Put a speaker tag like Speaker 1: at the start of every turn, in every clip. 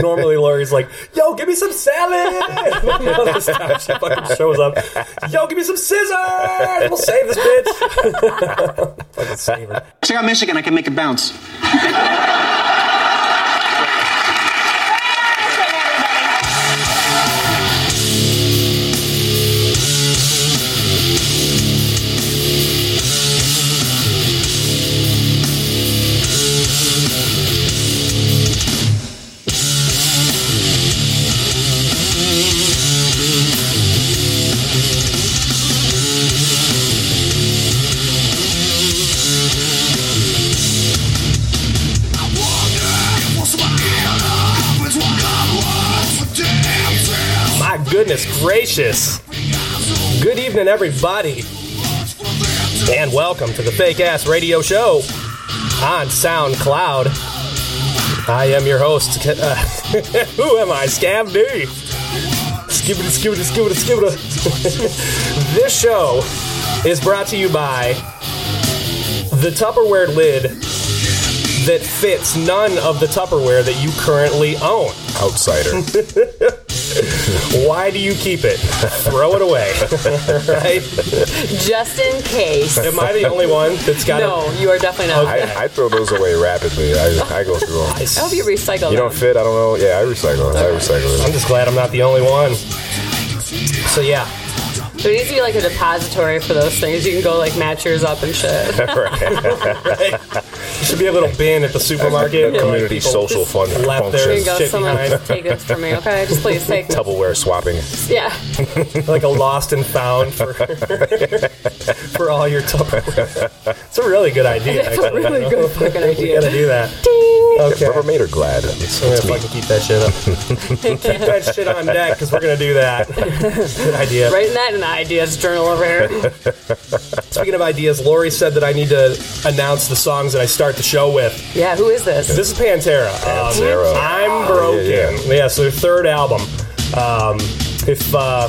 Speaker 1: Normally, Lori's like, "Yo, give me some salad." you know, this time she fucking shows up. Yo, give me some scissors. We'll save this bitch. fucking save her.
Speaker 2: Check out Michigan. I can make it bounce.
Speaker 1: My goodness gracious. Good evening, everybody. And welcome to the Fake Ass Radio Show on SoundCloud. I am your host. uh, who am I? Scab D. Skibbity, skibbity, skibbity, skibbity. this show is brought to you by the Tupperware lid that fits none of the Tupperware that you currently own.
Speaker 3: Outsider.
Speaker 1: Why do you keep it? Throw it away. right?
Speaker 4: Just in case.
Speaker 1: Am I the only one that's got
Speaker 4: No, you are definitely not.
Speaker 3: I, I throw those away rapidly. I, I go through them.
Speaker 4: I hope you recycle
Speaker 3: You don't
Speaker 4: them.
Speaker 3: fit? I don't know. Yeah, I recycle them. I recycle
Speaker 1: I'm
Speaker 3: them.
Speaker 1: just glad I'm not the only one. So yeah,
Speaker 4: There needs to be like a depository for those things. You can go like match yours up and shit.
Speaker 1: right? There should be a little bin at the supermarket. where, like,
Speaker 3: Community
Speaker 1: people
Speaker 3: social fun
Speaker 1: left their
Speaker 4: Here you
Speaker 3: function.
Speaker 4: go.
Speaker 1: Shit
Speaker 4: Someone
Speaker 1: behind.
Speaker 4: take this for me, okay? Just please take. this.
Speaker 3: Doubleware swapping.
Speaker 4: Yeah.
Speaker 1: Like a lost and found for for all your Tupperware. It's a really good idea.
Speaker 4: That's
Speaker 1: actually.
Speaker 4: a really good fucking
Speaker 1: You gotta
Speaker 4: idea.
Speaker 1: do that. Okay.
Speaker 3: Rubbermaid or Glad? It's,
Speaker 1: I'm
Speaker 3: it's
Speaker 1: gonna
Speaker 3: me.
Speaker 1: fucking keep that shit up. keep that shit on deck because we're gonna do that. Good idea.
Speaker 4: Writing that in the ideas journal over here.
Speaker 1: Speaking of ideas, Lori said that I need to announce the songs that I start the show with.
Speaker 4: Yeah, who is this?
Speaker 1: This is Pantera. Um,
Speaker 3: Pantera. Oh,
Speaker 1: I'm broken.
Speaker 3: Yeah,
Speaker 1: Yeah,
Speaker 3: yeah.
Speaker 1: so their third album. Um, if uh,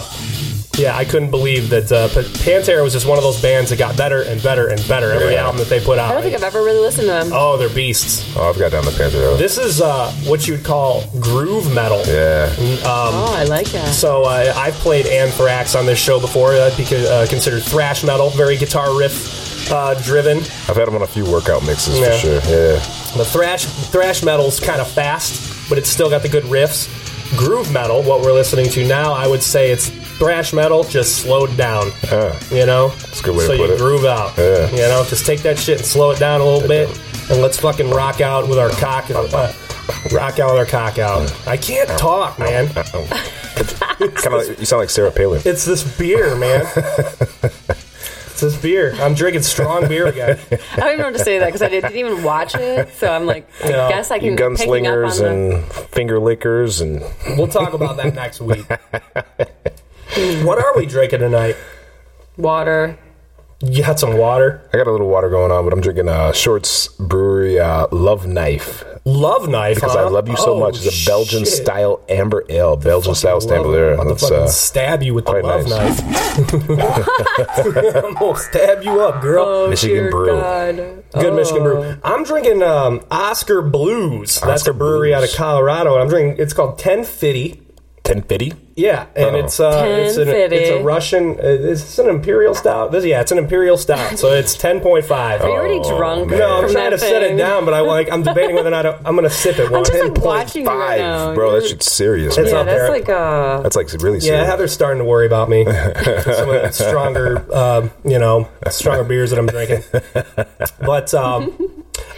Speaker 1: yeah, I couldn't believe that uh, P- Pantera was just one of those bands that got better and better and better every
Speaker 3: Yeah.
Speaker 1: album that they put out.
Speaker 4: I don't think I've ever really listened to them.
Speaker 1: oh, they're beasts.
Speaker 3: Oh, I've got down the Panther.
Speaker 1: This is uh, what you'd call groove metal.
Speaker 3: Yeah.
Speaker 4: Oh, I like that.
Speaker 1: So uh, I've played Anthrax on this show before. That'd be uh, considered thrash metal, very guitar riff uh, driven.
Speaker 3: I've had them on a few workout mixes
Speaker 1: Yeah.
Speaker 3: for sure. Yeah.
Speaker 1: The thrash thrash metal's kind of fast, but it's still got the good riffs. Groove metal, what we're listening to now, I would say it's thrash metal just slowed down.
Speaker 3: Uh,
Speaker 1: You know,
Speaker 3: a good way
Speaker 1: so
Speaker 3: to put
Speaker 1: you
Speaker 3: it.
Speaker 1: groove out.
Speaker 3: Yeah.
Speaker 1: You know, just take that shit and slow it down a little
Speaker 3: Take
Speaker 1: bit, and let's fucking rock out with our cock. Uh, rock out with our cock out. I can't talk, man.
Speaker 3: kind of, you sound like Sarah Palin.
Speaker 1: It's this beer, man. It's this beer. I'm drinking strong beer again.
Speaker 4: I don't even know what to say that because I didn't even watch it. So I'm like, I
Speaker 1: Yeah.
Speaker 4: guess I can picking up on
Speaker 3: Gunslingers
Speaker 4: the-
Speaker 3: and finger lickers and
Speaker 1: We'll talk about that next week. what are we drinking tonight?
Speaker 4: water.
Speaker 1: You had some water.
Speaker 3: I got a little water going on, but I'm drinking uh, Shorts Brewery uh, Love Knife
Speaker 1: Love knife.
Speaker 3: because I
Speaker 1: huh?
Speaker 3: love you so
Speaker 1: Oh,
Speaker 3: much. It's a Belgian
Speaker 1: shit.
Speaker 3: style amber ale, Belgian style
Speaker 1: Love
Speaker 3: amber
Speaker 1: it.
Speaker 3: ale.
Speaker 1: I'm about
Speaker 3: That's
Speaker 1: to fucking
Speaker 3: uh,
Speaker 1: stab you with the
Speaker 3: quite
Speaker 1: love
Speaker 3: nice.
Speaker 1: knife. I'm gonna stab you up, girl.
Speaker 4: Oh,
Speaker 3: Michigan
Speaker 4: dear
Speaker 3: brew.
Speaker 4: God.
Speaker 1: Good
Speaker 4: Oh.
Speaker 1: Michigan brew. I'm drinking um, Oscar Blues. That's
Speaker 3: Oscar
Speaker 1: a brewery out of
Speaker 3: Blues.
Speaker 1: Colorado, and I'm drinking. It's called 1050.
Speaker 3: ten fifty.
Speaker 1: Yeah, and
Speaker 3: Oh.
Speaker 1: it's uh, it's, an,
Speaker 4: 1050.
Speaker 1: it's a Russian. Uh, is this an imperial stout? This, yeah, it's an imperial stout. So it's 10.5.
Speaker 3: Oh.
Speaker 4: Are you already drunk?
Speaker 3: man.
Speaker 1: No, I'm
Speaker 4: from
Speaker 1: trying to
Speaker 4: that
Speaker 1: set it
Speaker 4: thing?
Speaker 1: down, but I like. I'm debating whether or not I- I'm going to sip it.
Speaker 4: I'm
Speaker 1: One.
Speaker 4: just like watching you right now.
Speaker 3: Five, bro. That
Speaker 4: You're-
Speaker 3: shit's serious,
Speaker 1: It's
Speaker 4: Yeah,
Speaker 1: not
Speaker 3: man.
Speaker 1: up.
Speaker 4: that's
Speaker 1: there.
Speaker 4: like uh, a.
Speaker 3: That's like really serious.
Speaker 1: Yeah, Heather's starting to worry about me. Some of the stronger, uh, you know, stronger beers that I'm drinking. But um,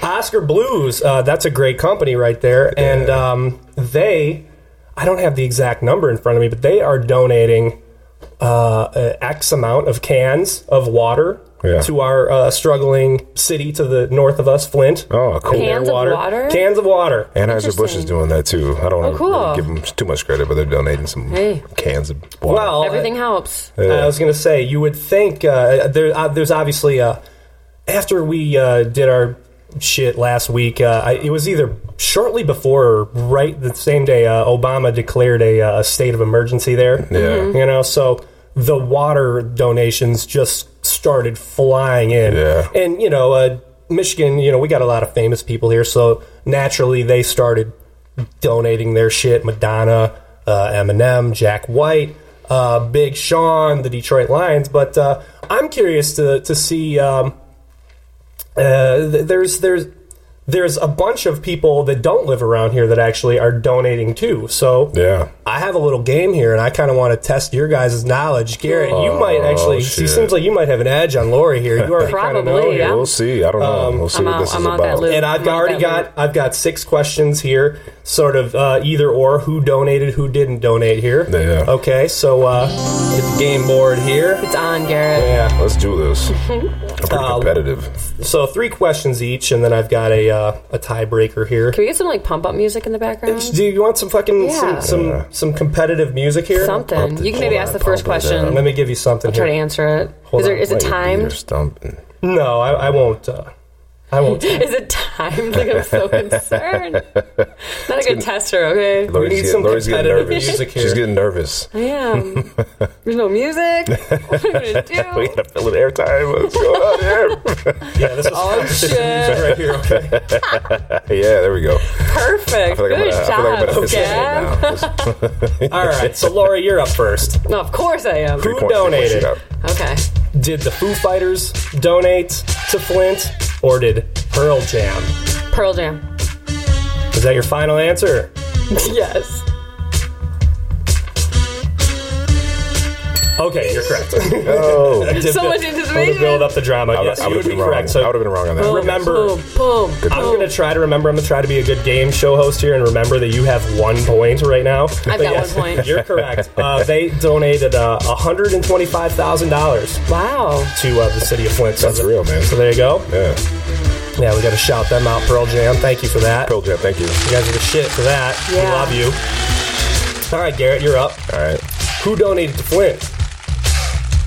Speaker 1: Oscar Blues, uh, that's a great company right there, and um, they, I don't have the exact number in front of me, but they are donating uh, a X amount of cans of water.
Speaker 3: Yeah.
Speaker 1: To our uh, struggling city to the north of us, Flint.
Speaker 3: Oh, cool.
Speaker 1: Their
Speaker 4: Cans of water?
Speaker 1: Cans of water.
Speaker 3: Anheuser Busch is
Speaker 4: Interesting.
Speaker 3: doing that too. I don't want to
Speaker 4: cool.
Speaker 3: give them too much credit, but they're donating some
Speaker 4: Hey.
Speaker 3: cans of water.
Speaker 1: Well,
Speaker 4: Everything helps.
Speaker 1: I was going to say, you would think uh, there, uh, there's obviously uh, after we uh, did our shit last week, uh, I, it was either shortly before or right the same day uh, Obama declared a, uh, a state of emergency there.
Speaker 3: Yeah. Mhm.
Speaker 1: you know, so the water donations just started flying in,
Speaker 3: Yeah.
Speaker 1: and you know, uh, Michigan, you know, we got a lot of famous people here, so naturally they started donating their shit. Madonna, uh, Eminem, Jack White, uh, Big Sean, the Detroit Lions. But uh, I'm curious to to see. Um, uh, th- there's there's there's a bunch of people that don't live around here that actually are donating too. So
Speaker 3: Yeah.
Speaker 1: I have a little game here, and I kind of want to test your guys' knowledge. Garrett, you might actually. She
Speaker 3: Oh, shit.
Speaker 1: seems like you might have an edge on Lori here. You already kind of
Speaker 4: Probably,
Speaker 1: know
Speaker 4: yeah.
Speaker 1: her.
Speaker 3: We'll see. I don't know. we'll see
Speaker 4: I'm
Speaker 3: what
Speaker 4: out-
Speaker 3: this
Speaker 4: I'm
Speaker 3: is
Speaker 4: out that
Speaker 3: about.
Speaker 4: loop.
Speaker 1: And I've
Speaker 4: Not
Speaker 1: already
Speaker 4: that
Speaker 1: got I've got six questions here, sort of uh, either or who donated, who didn't donate here.
Speaker 3: Yeah.
Speaker 1: Okay, so uh, get the game board here.
Speaker 4: It's on, Garrett.
Speaker 1: Yeah.
Speaker 3: Let's do this. I'm pretty competitive.
Speaker 1: So three questions each, and then I've got a uh, a tiebreaker here.
Speaker 4: Can we get some like pump up music in the background?
Speaker 1: Do you want some fucking
Speaker 4: Yeah.
Speaker 1: some some,
Speaker 3: Yeah.
Speaker 1: some competitive music here?
Speaker 4: Something. You can maybe ask the first question.
Speaker 1: Let me give you something
Speaker 4: Try to
Speaker 1: here.
Speaker 4: answer it.
Speaker 1: Hold
Speaker 4: is there
Speaker 1: on,
Speaker 4: is it
Speaker 3: Might be
Speaker 4: timed?
Speaker 3: you're stumping.
Speaker 1: No, I, I won't. Uh, I won't.
Speaker 4: Is it timed? Like I'm so concerned. Not a good tester, okay?
Speaker 3: Lori's,
Speaker 1: need
Speaker 3: getting-
Speaker 1: some
Speaker 3: Lori's getting
Speaker 1: competitive
Speaker 3: nervous.
Speaker 1: music
Speaker 3: She's
Speaker 1: here.
Speaker 3: getting nervous.
Speaker 4: I am. There's no music. What am I gonna
Speaker 3: We
Speaker 4: do?
Speaker 3: gotta fill in airtime. What's going on here?
Speaker 1: Yeah, this is
Speaker 4: Oh shit!
Speaker 1: right here. Okay.
Speaker 3: yeah, there we go.
Speaker 4: Perfect.
Speaker 3: I feel like
Speaker 4: Good
Speaker 3: I'm gonna, I feel like I'm
Speaker 4: job,
Speaker 3: gonna fist this
Speaker 4: Gab.
Speaker 3: right now. Just
Speaker 1: All right, so Laura, you're up first.
Speaker 4: No, of course I am.
Speaker 3: three
Speaker 1: Who
Speaker 3: points, three points,
Speaker 1: donated?
Speaker 3: shoot out.
Speaker 4: Okay.
Speaker 1: Did the Foo Fighters donate to Flint, or did Pearl Jam?
Speaker 4: Pearl Jam.
Speaker 1: Is that your final answer?
Speaker 4: yes.
Speaker 1: Okay, you're correct. To
Speaker 3: Oh,
Speaker 4: So much anticipation.
Speaker 1: build up the drama.
Speaker 3: I would
Speaker 1: yes,
Speaker 3: I
Speaker 1: you would
Speaker 3: would have
Speaker 1: be
Speaker 3: been wrong.
Speaker 1: correct.
Speaker 3: I
Speaker 1: So
Speaker 3: would have been wrong on that.
Speaker 1: remember-
Speaker 4: Boom. Boom.
Speaker 1: I'm
Speaker 4: boom.
Speaker 1: gonna try to remember. I'm gonna try to be a good game show host here and remember that you have one point right now.
Speaker 4: I've got one point.
Speaker 1: You're correct. Uh, they donated uh, $125,000
Speaker 4: Wow.
Speaker 1: to uh, the city of Flint. So
Speaker 3: That's
Speaker 1: th-
Speaker 3: real, man.
Speaker 1: So there you go.
Speaker 3: Yeah.
Speaker 1: Yeah, we got to shout them out, Pearl Jam. Thank you for that.
Speaker 3: Pearl Jam, thank you.
Speaker 1: You guys are the shit for that.
Speaker 4: Yeah.
Speaker 1: We love you. All right, Garrett, you're up.
Speaker 3: All right.
Speaker 1: Who donated to Flint?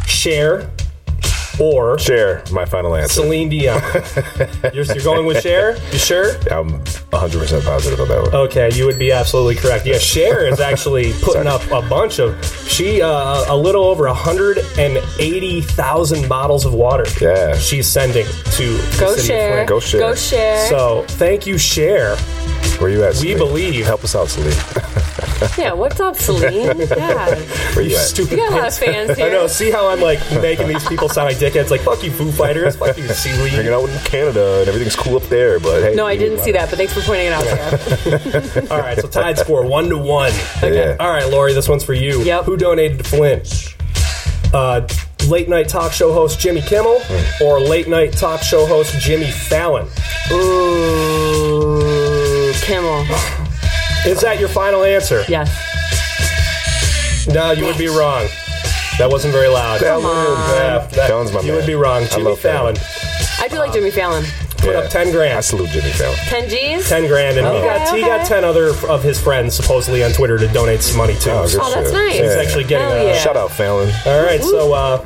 Speaker 1: Cher or
Speaker 3: Share my final answer.
Speaker 1: Celine Dion? you're, you're going with Cher? You sure?
Speaker 3: I'm 100% positive on that one.
Speaker 1: Okay, you would be absolutely correct. Yeah, Cher is actually putting up a bunch of. She uh, a little over hundred and eighty thousand bottles of water.
Speaker 3: Yeah.
Speaker 1: she's sending to the
Speaker 4: Go
Speaker 1: city of
Speaker 4: share.
Speaker 1: Flint.
Speaker 3: Go share.
Speaker 4: Go share.
Speaker 1: So thank you, Cher.
Speaker 3: Where you at, Celine?
Speaker 1: Oh, believe.
Speaker 3: Help us out, Celine.
Speaker 4: yeah. What's up, Celine? Yeah.
Speaker 3: Where you at?
Speaker 1: Stupid.
Speaker 4: You got a lot of fans here.
Speaker 1: I know. See how I'm like making these people sound like dickheads? Like fuck you, Foo Fighters. Fuck you, Seaweed.
Speaker 3: Hanging out in Canada and everything's cool up there, but hey.
Speaker 4: No, I
Speaker 3: you
Speaker 4: didn't
Speaker 3: need
Speaker 4: see
Speaker 3: one.
Speaker 4: that, but thanks for pointing it out. Sarah.
Speaker 1: All right, so tied score one to one.
Speaker 3: Yeah.
Speaker 1: All right, Lori, this one's for you.
Speaker 4: Yep.
Speaker 1: Who donated to Flint? Uh, late night talk show host Jimmy Kimmel
Speaker 3: Hmm.
Speaker 1: or late night talk show host Jimmy Fallon?
Speaker 4: Ooh, Kimmel.
Speaker 1: Is that your final answer?
Speaker 4: Yes.
Speaker 1: No, you would be wrong. That wasn't very loud.
Speaker 3: Fallon.
Speaker 1: Yeah, that-
Speaker 3: Fallon's my
Speaker 1: you
Speaker 3: man.
Speaker 1: would be wrong.
Speaker 3: I
Speaker 1: Jimmy
Speaker 3: love
Speaker 1: Fallon.
Speaker 3: Fallon.
Speaker 4: I do like Jimmy Fallon.
Speaker 1: Put
Speaker 3: Yeah.
Speaker 1: up 10
Speaker 3: I
Speaker 1: grand.
Speaker 3: salute Jimmy Fallon.
Speaker 4: 10 G's.
Speaker 1: 10 grand, and he,
Speaker 4: Okay,
Speaker 1: got, he
Speaker 4: okay.
Speaker 1: got 10 other of his friends supposedly on Twitter to donate some money to.
Speaker 3: Oh, good
Speaker 4: Oh, that's
Speaker 3: shit.
Speaker 4: nice.
Speaker 1: He's
Speaker 3: Yeah.
Speaker 1: actually getting
Speaker 4: Hell
Speaker 1: a
Speaker 4: yeah.
Speaker 3: Shout out, Fallon.
Speaker 1: All right, so uh,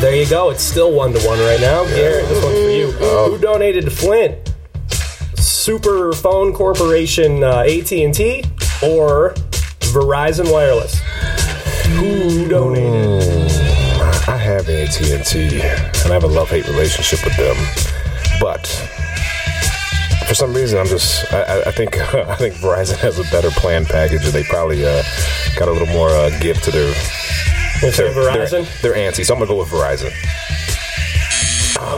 Speaker 1: there you go. It's still one to one right now. Garrett, this one's for you.
Speaker 4: Mm-hmm,
Speaker 1: Who donated to Flint? Super Phone Corporation, uh, AT and T, or Verizon Wireless? Who donated?
Speaker 3: I have AT and T, and I have a love-hate relationship with them. But for some reason, I'm just I, I- I think I think Verizon has a better plan package, and they probably uh, got a little more uh, give to their
Speaker 1: Is
Speaker 3: their
Speaker 1: it Verizon?
Speaker 3: Their, their ante. So I'm gonna go with Verizon.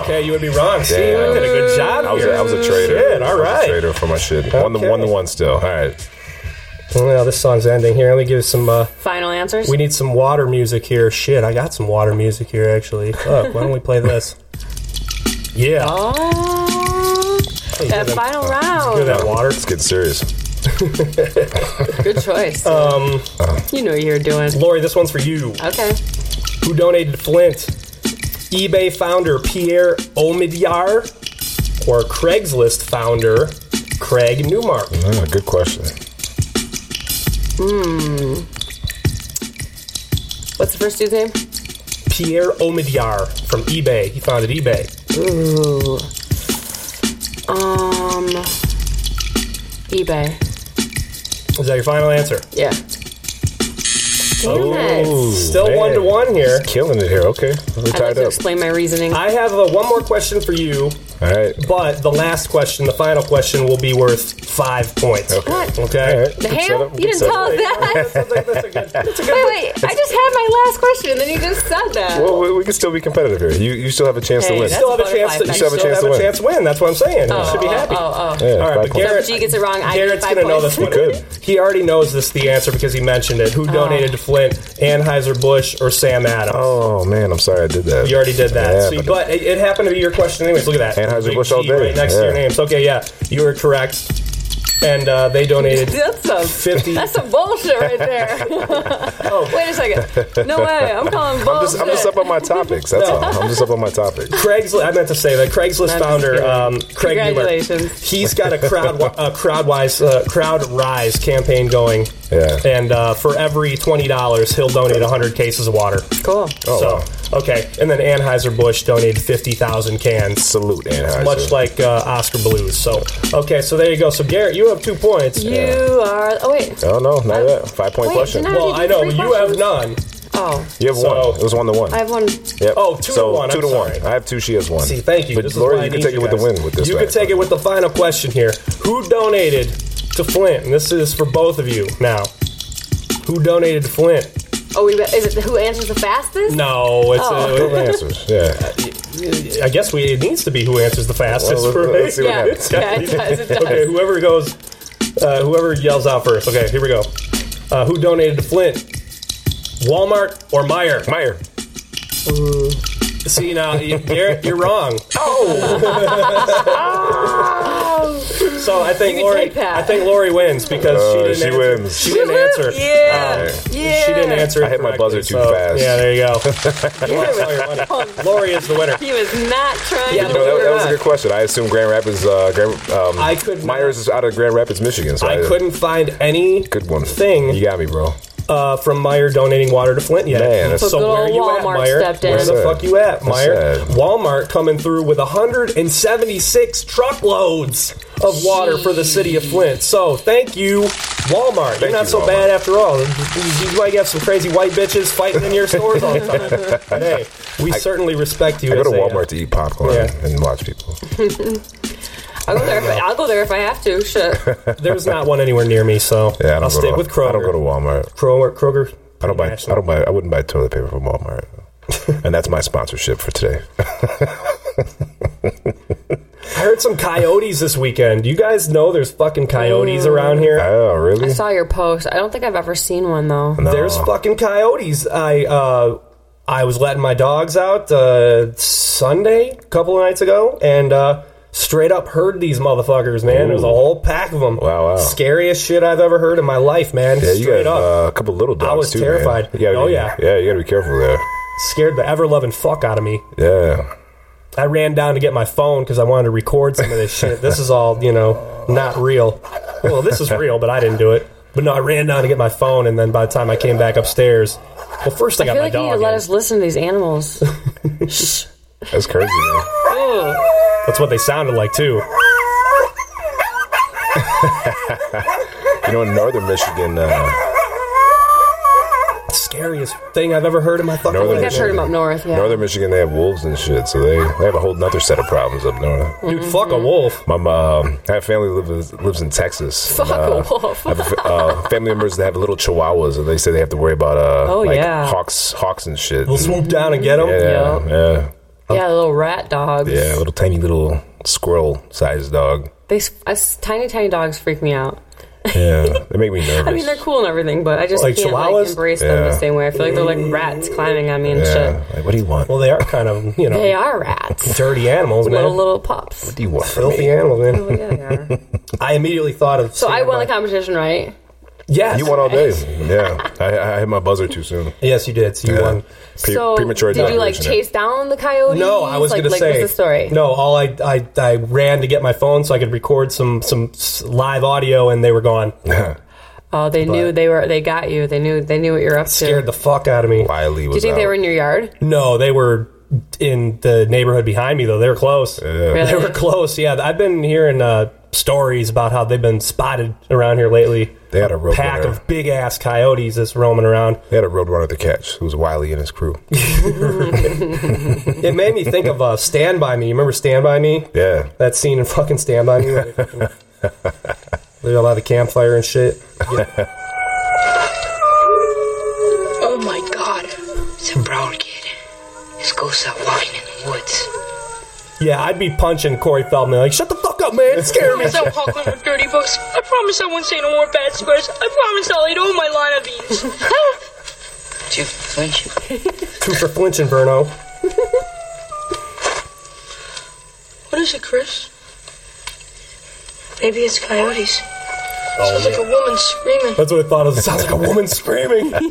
Speaker 1: Okay, you would be wrong. See, I
Speaker 3: Damn.
Speaker 1: did a good job
Speaker 3: Mm. I was
Speaker 1: here.
Speaker 3: a, I was a traitor.
Speaker 1: Shit,
Speaker 3: I
Speaker 1: all
Speaker 3: was a
Speaker 1: right.
Speaker 3: traitor for my shit. One to
Speaker 1: Okay.
Speaker 3: one to one still. All right.
Speaker 1: Well, this song's ending here. Let me give some. Uh,
Speaker 4: Final answers.
Speaker 1: we need some water music here. Shit, I got some water music here actually. Fuck, why don't we play this? Yeah.
Speaker 4: Oh,
Speaker 1: Hey, hear
Speaker 4: that
Speaker 1: that-
Speaker 4: final
Speaker 1: hear
Speaker 4: round.
Speaker 1: that water?
Speaker 3: It's getting serious.
Speaker 4: Good choice. Um, you know what you're doing.
Speaker 1: Lori, this one's for you.
Speaker 4: Okay.
Speaker 1: Who donated to Flint? eBay founder Pierre Omidyar or Craigslist founder Craig Newmark?
Speaker 3: Ah, good question.
Speaker 4: What's the first dude's name?
Speaker 1: Pierre Omidyar from eBay. He founded eBay.
Speaker 4: Ooh. Um. eBay.
Speaker 1: Is that your final answer?
Speaker 4: Yeah. Damn
Speaker 3: Ooh,
Speaker 1: Oh,
Speaker 4: it.
Speaker 1: Still
Speaker 3: man.
Speaker 1: one to one here.
Speaker 3: Killing it here. Okay, we're
Speaker 4: I'd like
Speaker 3: tied
Speaker 4: to
Speaker 3: up.
Speaker 4: explain my reasoning.
Speaker 1: I have uh, one more question for you,
Speaker 3: All right.
Speaker 1: but the last question, the final question, will be worth five points.
Speaker 3: Okay.
Speaker 4: What?
Speaker 1: Okay.
Speaker 3: Alright.
Speaker 4: The
Speaker 3: Good
Speaker 4: ham? You
Speaker 3: setup, good
Speaker 4: didn't
Speaker 3: setup.
Speaker 4: call it that.
Speaker 1: That's a- that's a good- that's a good-
Speaker 4: Wait, wait. I just had my last question, and then you just said that.
Speaker 3: Well, we, we can still be competitive here. You, you still have a chance
Speaker 4: Hey,
Speaker 3: to win.
Speaker 4: that's-
Speaker 1: still have a chance. To, you still have a chance to win. That's what I'm saying. you should be happy.
Speaker 4: Oh, oh.
Speaker 3: Yeah,
Speaker 1: All right,
Speaker 3: five
Speaker 1: but
Speaker 3: points.
Speaker 1: Garrett,
Speaker 4: So if G gets it wrong, I get
Speaker 1: Garrett's
Speaker 4: five
Speaker 1: gonna know
Speaker 4: points. Oh.
Speaker 1: this one.
Speaker 3: You could.
Speaker 1: He already knows this the answer because he mentioned it. Who donated to Flint? Anheuser Busch or Sam Adams?
Speaker 3: Oh man, I'm sorry I did that.
Speaker 1: You already did that.
Speaker 3: Yeah,
Speaker 1: See,
Speaker 3: but-
Speaker 1: but it, it happened to be your question anyways. Look at that.
Speaker 3: Anheuser-Busch
Speaker 1: Big G
Speaker 3: all day.
Speaker 1: Right next to your
Speaker 3: Yeah.
Speaker 1: names. Okay, yeah. You were correct. And uh, they donated
Speaker 4: That's some,
Speaker 1: 50.
Speaker 4: that's some bullshit right there.
Speaker 1: Oh.
Speaker 4: Wait a second. No way. I'm calling bullshit.
Speaker 3: I'm just, I'm just up on my topics. That's all. I'm just up on my topics.
Speaker 1: Craigslist. I meant to say that Craigslist
Speaker 4: That's
Speaker 1: founder
Speaker 4: good.
Speaker 1: um, Craig Mueller.
Speaker 4: Congratulations.
Speaker 1: He's got a crowd a crowdwise uh, crowd rise campaign going.
Speaker 3: Yeah.
Speaker 1: And uh, for every twenty dollars, he'll donate hundred cases of water.
Speaker 4: Cool.
Speaker 3: Oh, wow.
Speaker 1: so okay, and then Anheuser Busch donated fifty thousand cans.
Speaker 3: salute Anheuser.
Speaker 1: Much like uh, Oscar Blues. So, okay, so there you go. So, Garrett, you have two points.
Speaker 4: You are. Oh, wait.
Speaker 3: Oh no, not that. Five point
Speaker 4: Wait,
Speaker 3: question.
Speaker 4: didn't
Speaker 1: Well, I know.
Speaker 4: Three
Speaker 1: You have
Speaker 4: questions.
Speaker 1: none.
Speaker 4: Oh,
Speaker 3: You have
Speaker 1: So-
Speaker 3: one. It was one to one.
Speaker 4: I have one.
Speaker 3: Yep.
Speaker 1: Oh, two
Speaker 3: so
Speaker 1: to one.
Speaker 3: Two
Speaker 1: I'm
Speaker 3: to
Speaker 1: sorry.
Speaker 3: one. I have two. She has one.
Speaker 1: See, thank you.
Speaker 3: But
Speaker 1: This is why
Speaker 3: Lori,
Speaker 1: I
Speaker 3: you can
Speaker 1: need
Speaker 3: take it with
Speaker 1: guys.
Speaker 3: the win with this.
Speaker 1: You can
Speaker 3: back.
Speaker 1: take it with the final question here. Who donated to Flint? And this is for both of you now. Who donated to Flint?
Speaker 4: Oh, we, is it who answers the fastest?
Speaker 1: No, it's.
Speaker 4: Oh.
Speaker 3: Good answers. Yeah.
Speaker 1: Uh, I guess we it needs to be who answers the fastest.
Speaker 3: Well, let's-
Speaker 1: right?
Speaker 3: let's see what
Speaker 4: Yeah,
Speaker 3: happens.
Speaker 4: yeah, it does. It does.
Speaker 1: Okay, whoever goes, uh, whoever yells out first. Okay, here we go. Uh, who donated to Flint? Walmart or Meyer? Mm.
Speaker 3: Meyer.
Speaker 1: See now, you- Garrett, you're wrong. Oh. so I think
Speaker 4: You can
Speaker 1: Lori.
Speaker 4: take that.
Speaker 1: I think Lori wins because
Speaker 3: Uh,
Speaker 1: she didn't.
Speaker 3: she
Speaker 1: answer.
Speaker 3: wins.
Speaker 1: She didn't answer.
Speaker 4: Yeah.
Speaker 3: Alright.
Speaker 4: Yeah.
Speaker 1: She didn't answer.
Speaker 3: I hit my
Speaker 1: correctly,
Speaker 3: buzzer too
Speaker 1: so-
Speaker 3: fast.
Speaker 1: Yeah, there you go. You lost all your money. Lori is the winner.
Speaker 4: He was not trying
Speaker 1: Yeah,
Speaker 4: to
Speaker 1: no,
Speaker 3: No, that,
Speaker 4: lure
Speaker 3: that was a
Speaker 4: up.
Speaker 3: good question. I assume Grand Rapids. Uh, Grand, um,
Speaker 1: I could not-
Speaker 3: Myers is out of Grand Rapids, Michigan. So I,
Speaker 1: I couldn't find any
Speaker 3: Good one.
Speaker 1: thing.
Speaker 3: You got me, bro.
Speaker 1: uh, from Meyer donating water to Flint yet.
Speaker 3: Man, that's-
Speaker 1: so
Speaker 4: But good
Speaker 1: where are
Speaker 4: old
Speaker 1: you
Speaker 4: Walmart
Speaker 1: at, Meyer?
Speaker 4: stepped in.
Speaker 1: Where the
Speaker 3: That's
Speaker 1: fuck
Speaker 3: sad.
Speaker 1: you at,
Speaker 3: That's
Speaker 1: Meyer?
Speaker 3: sad.
Speaker 1: Walmart coming through with 176 truckloads of water for the city of Flint. So thank you, Walmart. You're
Speaker 3: Thank
Speaker 1: not
Speaker 3: you,
Speaker 1: so bad
Speaker 3: Walmart.
Speaker 1: after all. You, you might have some crazy white bitches fighting in your stores all the time. But hey, we certainly respect you.
Speaker 3: I go
Speaker 1: as
Speaker 3: to
Speaker 1: a, uh,
Speaker 3: Walmart to eat popcorn
Speaker 1: Yeah.
Speaker 3: and watch people.
Speaker 4: I'll go there. If I, I'll go there if I have to. Shit.
Speaker 1: There's not one anywhere near me, so
Speaker 3: Yeah, I don't
Speaker 1: I'll
Speaker 3: go to,
Speaker 1: stick with Kroger.
Speaker 3: I don't go to Walmart.
Speaker 1: Kroger. Kroger.
Speaker 3: I don't buy. I don't buy. I wouldn't buy toilet paper from Walmart. and that's my sponsorship for today.
Speaker 1: I heard some coyotes this weekend. You guys know there's fucking coyotes around here.
Speaker 3: oh, really?
Speaker 4: I saw your post. I don't think I've ever seen one though.
Speaker 3: No.
Speaker 1: There's fucking coyotes. I uh, I was letting my dogs out uh, Sunday, a couple of nights ago, and uh, straight up heard these motherfuckers, man. It was a
Speaker 3: Ooh.
Speaker 1: whole pack of them.
Speaker 3: Wow, wow.
Speaker 1: Scariest shit I've ever heard in my life, man.
Speaker 3: Yeah, you
Speaker 1: straight
Speaker 3: got
Speaker 1: up.
Speaker 3: uh, a couple little dogs
Speaker 1: was
Speaker 3: too. man.
Speaker 1: terrified.
Speaker 3: You gotta
Speaker 1: Oh,
Speaker 3: be-
Speaker 1: yeah.
Speaker 3: yeah. You gotta be careful there.
Speaker 1: Scared the ever loving fuck out of me.
Speaker 3: Yeah,
Speaker 1: I ran down to get my phone because I wanted to record some of this shit. This is all, you know, not real. Well, this is real, but I didn't do it. But no, I ran down to get my phone, and then by the time I came back upstairs, well, first I,
Speaker 4: I
Speaker 1: got
Speaker 4: feel
Speaker 1: my
Speaker 4: like you need
Speaker 1: dog.
Speaker 4: to let
Speaker 1: in.
Speaker 4: us listen to these animals. Shh.
Speaker 3: that's crazy. man.
Speaker 4: Ooh.
Speaker 1: That's what they sounded like too.
Speaker 3: You know, in northern Michigan, uh,
Speaker 1: scariest thing I've ever heard in my fucking
Speaker 3: Northern
Speaker 1: life.
Speaker 4: I've heard him up north. Yeah.
Speaker 3: northern Michigan, they have wolves and shit, so they, they have a whole nother set of problems up north.
Speaker 1: Dude, fuck
Speaker 4: Mm-hmm.
Speaker 1: a wolf.
Speaker 3: My mom, I have family lives lives in Texas.
Speaker 4: Fuck
Speaker 3: and,
Speaker 4: a wolf.
Speaker 3: I have a fa- uh, family members that have little chihuahuas, and they say they have to worry about uh,
Speaker 4: Oh,
Speaker 3: like
Speaker 4: yeah.
Speaker 3: hawks, hawks and shit.
Speaker 1: We'll swoop down and get him.
Speaker 3: yeah,
Speaker 4: Yeah.
Speaker 3: yeah,
Speaker 4: yeah, the little rat dogs.
Speaker 3: yeah, little tiny little squirrel sized dog.
Speaker 4: They s- us- tiny, tiny dogs freak me out.
Speaker 3: Yeah, they make me nervous.
Speaker 4: I mean, they're cool and everything, but I just
Speaker 1: Like
Speaker 4: can't
Speaker 1: chihuahuas?
Speaker 4: like embrace them the
Speaker 3: Yeah.
Speaker 4: same way. I feel like they're like rats climbing on me and
Speaker 3: yeah.
Speaker 4: shit.
Speaker 3: Like, what do you want?
Speaker 1: Well, they are kind of, you know,
Speaker 4: They are rats.
Speaker 1: dirty animals, man.
Speaker 4: little little pups. Oh,
Speaker 3: what do you want from
Speaker 1: Filthy
Speaker 3: me?
Speaker 1: animals, man.
Speaker 4: Yeah, they are.
Speaker 1: I immediately thought of.
Speaker 4: So I won the competition, right?
Speaker 1: Yes,
Speaker 3: You won all day. Yeah, I, I hit my buzzer too soon.
Speaker 1: Yes, you did. So you
Speaker 3: Yeah.
Speaker 1: won.
Speaker 3: Pre-
Speaker 4: so
Speaker 3: premature
Speaker 4: did you like
Speaker 3: ejaculation.
Speaker 4: chase down the coyotes?
Speaker 1: No, I was
Speaker 4: like,
Speaker 1: gonna
Speaker 4: like,
Speaker 1: say.
Speaker 4: What's the story?
Speaker 1: No, all I, I I ran to get my phone so I could record some some s- live audio, and they were gone.
Speaker 4: Oh, they knew they were. They got you. They knew. They knew what you're up to.
Speaker 1: Scared the fuck out of me.
Speaker 3: Wiley
Speaker 4: Do you
Speaker 3: was
Speaker 4: think
Speaker 3: out.
Speaker 4: they were in your yard?
Speaker 1: No, they were in the neighborhood behind me though. They were close. They
Speaker 4: Really?
Speaker 1: were close. Yeah, I've been hearing uh, stories about how they've been spotted around here lately.
Speaker 3: They had a rope
Speaker 1: pack
Speaker 3: runner.
Speaker 1: of big ass coyotes that's roaming around.
Speaker 3: They had a roadrunner to catch, who was Wiley and his crew.
Speaker 1: It made me think of uh, Stand By Me. You remember Stand By Me?
Speaker 3: Yeah.
Speaker 1: That scene in fucking Stand By Me? where they fucking- They all have a campfire and shit.
Speaker 5: Oh my god. It's a brown kid. His ghost out walking in the woods.
Speaker 1: Yeah, I'd be punching Corey Feldman like, shut the fuck up, man. Scare me.
Speaker 5: I promise I won't hawk on the dirty books. I promise I won't say no more bad swears. I promise I'll eat all my lima beans. Two flinch.
Speaker 1: Two for flinching, Bruno.
Speaker 5: What is it, Chris? Maybe it's coyotes. Sounds like a woman screaming.
Speaker 1: That's what I thought. It was, sounds like a woman screaming.
Speaker 5: Don't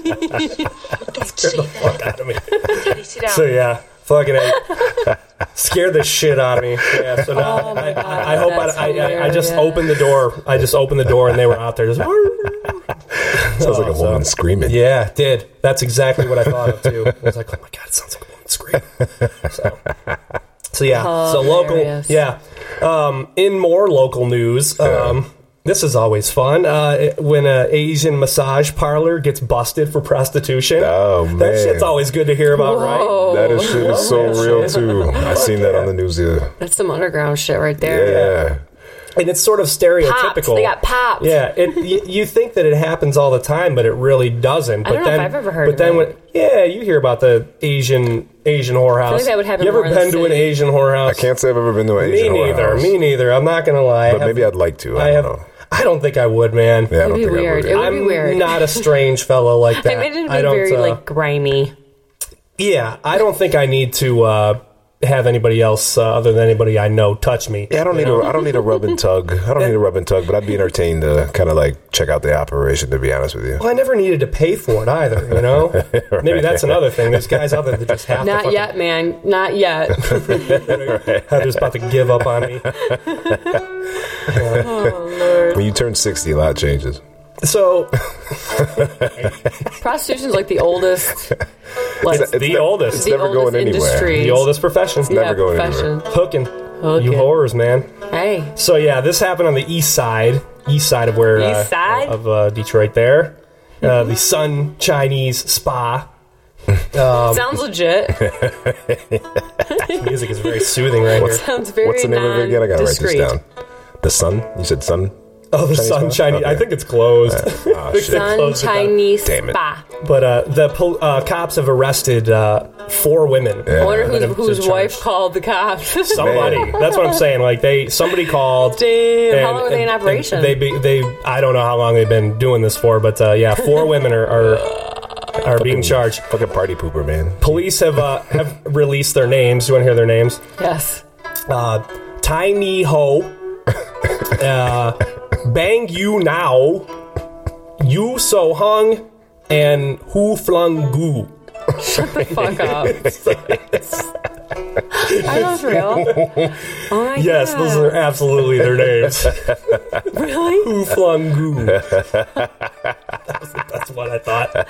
Speaker 5: say that.
Speaker 1: fuck out of me.
Speaker 5: Daddy, sit down.
Speaker 1: So yeah, fucking A. scared the shit out of me. Yeah, so now
Speaker 4: Oh my god.
Speaker 1: I hope
Speaker 4: that's
Speaker 1: I, I, I
Speaker 4: hilarious.
Speaker 1: just opened the door. I just opened the door and they were out there. Just,
Speaker 3: Sounds like a woman screaming.
Speaker 1: yeah, it did. That's exactly what I thought of too. I was like, oh my god, it sounds like a woman screaming. So, so yeah, so local.
Speaker 4: Hilarious.
Speaker 1: Yeah. Um, in more local news, um, this is always fun uh, when an Asian massage parlor gets busted for prostitution.
Speaker 3: Oh,
Speaker 1: that
Speaker 3: man.
Speaker 1: shit's always good to hear about, right?
Speaker 4: Whoa.
Speaker 3: That is shit is so
Speaker 1: that
Speaker 3: real too. I seen that on the news the other.
Speaker 4: That's some underground shit right there.
Speaker 3: Yeah.
Speaker 1: and it's sort of
Speaker 4: Popped.
Speaker 1: stereotypical.
Speaker 4: They got popped.
Speaker 1: Yeah, it, you, you think that it happens all the time, but it really doesn't. But
Speaker 4: don't know if
Speaker 1: then,
Speaker 4: I've ever heard
Speaker 1: But
Speaker 4: of
Speaker 1: then,
Speaker 4: it.
Speaker 1: when yeah, you hear about the Asian Asian whorehouse.
Speaker 4: like that would happen
Speaker 1: you ever
Speaker 4: more in
Speaker 1: been
Speaker 4: the
Speaker 1: to an
Speaker 4: city.
Speaker 1: Asian whorehouse?
Speaker 3: I can't say I've ever been to an
Speaker 1: Me
Speaker 3: Asian
Speaker 1: neither.
Speaker 3: whorehouse,
Speaker 1: Me neither. I'm not gonna lie.
Speaker 3: But maybe I'd like to. I,
Speaker 1: I have.
Speaker 3: don't know.
Speaker 1: I don't think I would, man.
Speaker 3: Yeah, I
Speaker 4: It'd
Speaker 3: don't
Speaker 4: be
Speaker 3: think
Speaker 4: weird.
Speaker 3: I
Speaker 4: It
Speaker 3: would.
Speaker 4: would
Speaker 1: I'm
Speaker 4: be weird.
Speaker 1: not a strange fellow like
Speaker 4: I
Speaker 1: that.
Speaker 4: mean, it'd be
Speaker 1: I don't,
Speaker 4: very
Speaker 1: uh,
Speaker 4: like grimy.
Speaker 1: Yeah, I don't think I need to uh, have anybody else uh, other than anybody I know touch me.
Speaker 3: Yeah, I don't need a I don't need a rub and tug. I don't need a rub and tug, but I'd be entertained to kind of like check out the operation. To be honest with you,
Speaker 1: Well, I never needed to pay for it either, you know? Maybe that's another thing. There's guys out there that just have to
Speaker 4: Not
Speaker 1: fucking-
Speaker 4: yet, man. Not yet.
Speaker 1: Heather's about to give up on me.
Speaker 3: when you turn sixty, a lot changes.
Speaker 1: So,
Speaker 4: Prostitution's like the oldest. Like
Speaker 3: It's
Speaker 1: the
Speaker 3: ne-
Speaker 1: oldest.
Speaker 3: It's
Speaker 4: the
Speaker 3: never
Speaker 4: oldest
Speaker 3: going anywhere.
Speaker 4: industry.
Speaker 1: the oldest profession.
Speaker 3: never going
Speaker 4: profession.
Speaker 1: Hooking. You
Speaker 4: Hooking.
Speaker 1: horrors, man.
Speaker 4: Hey,
Speaker 1: So, yeah, this happened on the east side. East side of where... uh,
Speaker 4: East side? Mm-hmm.
Speaker 1: Of uh, Detroit there. Uh, the Sun Chinese Spa.
Speaker 3: Um,
Speaker 4: sounds legit.
Speaker 1: Music is very soothing right here.
Speaker 4: sounds very.
Speaker 3: What's the name of it again? I gotta write this
Speaker 4: non-discreet.
Speaker 3: down. The sun. You said sun.
Speaker 1: Oh, the
Speaker 3: Chinese
Speaker 1: Sun
Speaker 3: spa?
Speaker 1: Chinese... I
Speaker 3: Okay.
Speaker 1: think it's closed.
Speaker 3: Ah,
Speaker 1: I think
Speaker 3: shit.
Speaker 1: they
Speaker 4: Sun
Speaker 1: closed it down.
Speaker 4: Chinese
Speaker 3: Damn it.
Speaker 4: spa.
Speaker 1: But uh, the pol- uh, cops have arrested uh, four women.
Speaker 4: I wonder
Speaker 1: Yeah.
Speaker 4: who's, whose
Speaker 1: Just
Speaker 4: wife
Speaker 1: charged.
Speaker 4: called the cops.
Speaker 1: Somebody.
Speaker 3: Man.
Speaker 1: That's what I'm saying. Like they, somebody called.
Speaker 4: Damn, how long were they in operation?
Speaker 1: They, be, they, I don't know how long they've been doing this for, but uh, yeah, four women are are, are being charged.
Speaker 3: Fucking party pooper, man.
Speaker 1: Police have uh, have released their names. You want to hear their names?
Speaker 4: yes.
Speaker 1: Uh, Tiny Ho, uh, Bang You Now, Yu So Hung, and Hu Flung Gu.
Speaker 4: the fuck up. Are those real? Oh my
Speaker 1: Yes,
Speaker 4: god.
Speaker 1: those are absolutely their names.
Speaker 4: really.
Speaker 1: Hu Flung Gu. that was the best one I thought.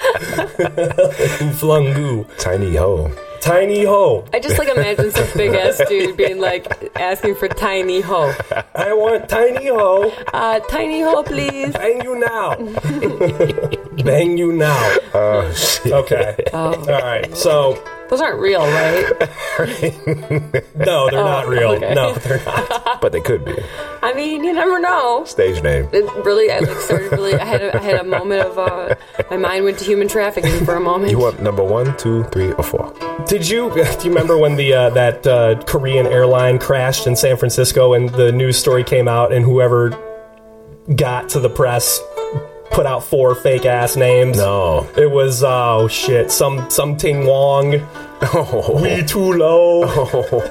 Speaker 1: Hu Flung Gu.
Speaker 3: Tiny hoe.
Speaker 1: Tiny Ho.
Speaker 4: I just like imagine some big ass dude being like asking for tiny hoe.
Speaker 1: I want Tiny Ho.
Speaker 4: Uh, tiny hoe, please.
Speaker 1: Bang you now. Bang you now.
Speaker 3: Oh shit.
Speaker 1: Okay. All right. So,
Speaker 4: Those aren't real, right?
Speaker 1: no, they're not real.
Speaker 4: okay.
Speaker 1: No, they're not.
Speaker 3: But they could be
Speaker 4: I mean, you never know.
Speaker 3: stage name.
Speaker 4: It really, I like started really. I had a, I had a moment of uh, my mind went to human trafficking for a moment.
Speaker 3: You want number one, two, three, or four?
Speaker 1: Did you do you remember when the uh, that uh, Korean airline crashed in San Francisco and the news story came out and whoever got to the press put out four fake ass names?
Speaker 3: No.
Speaker 1: It was oh shit, some some Ting Wong, we too low.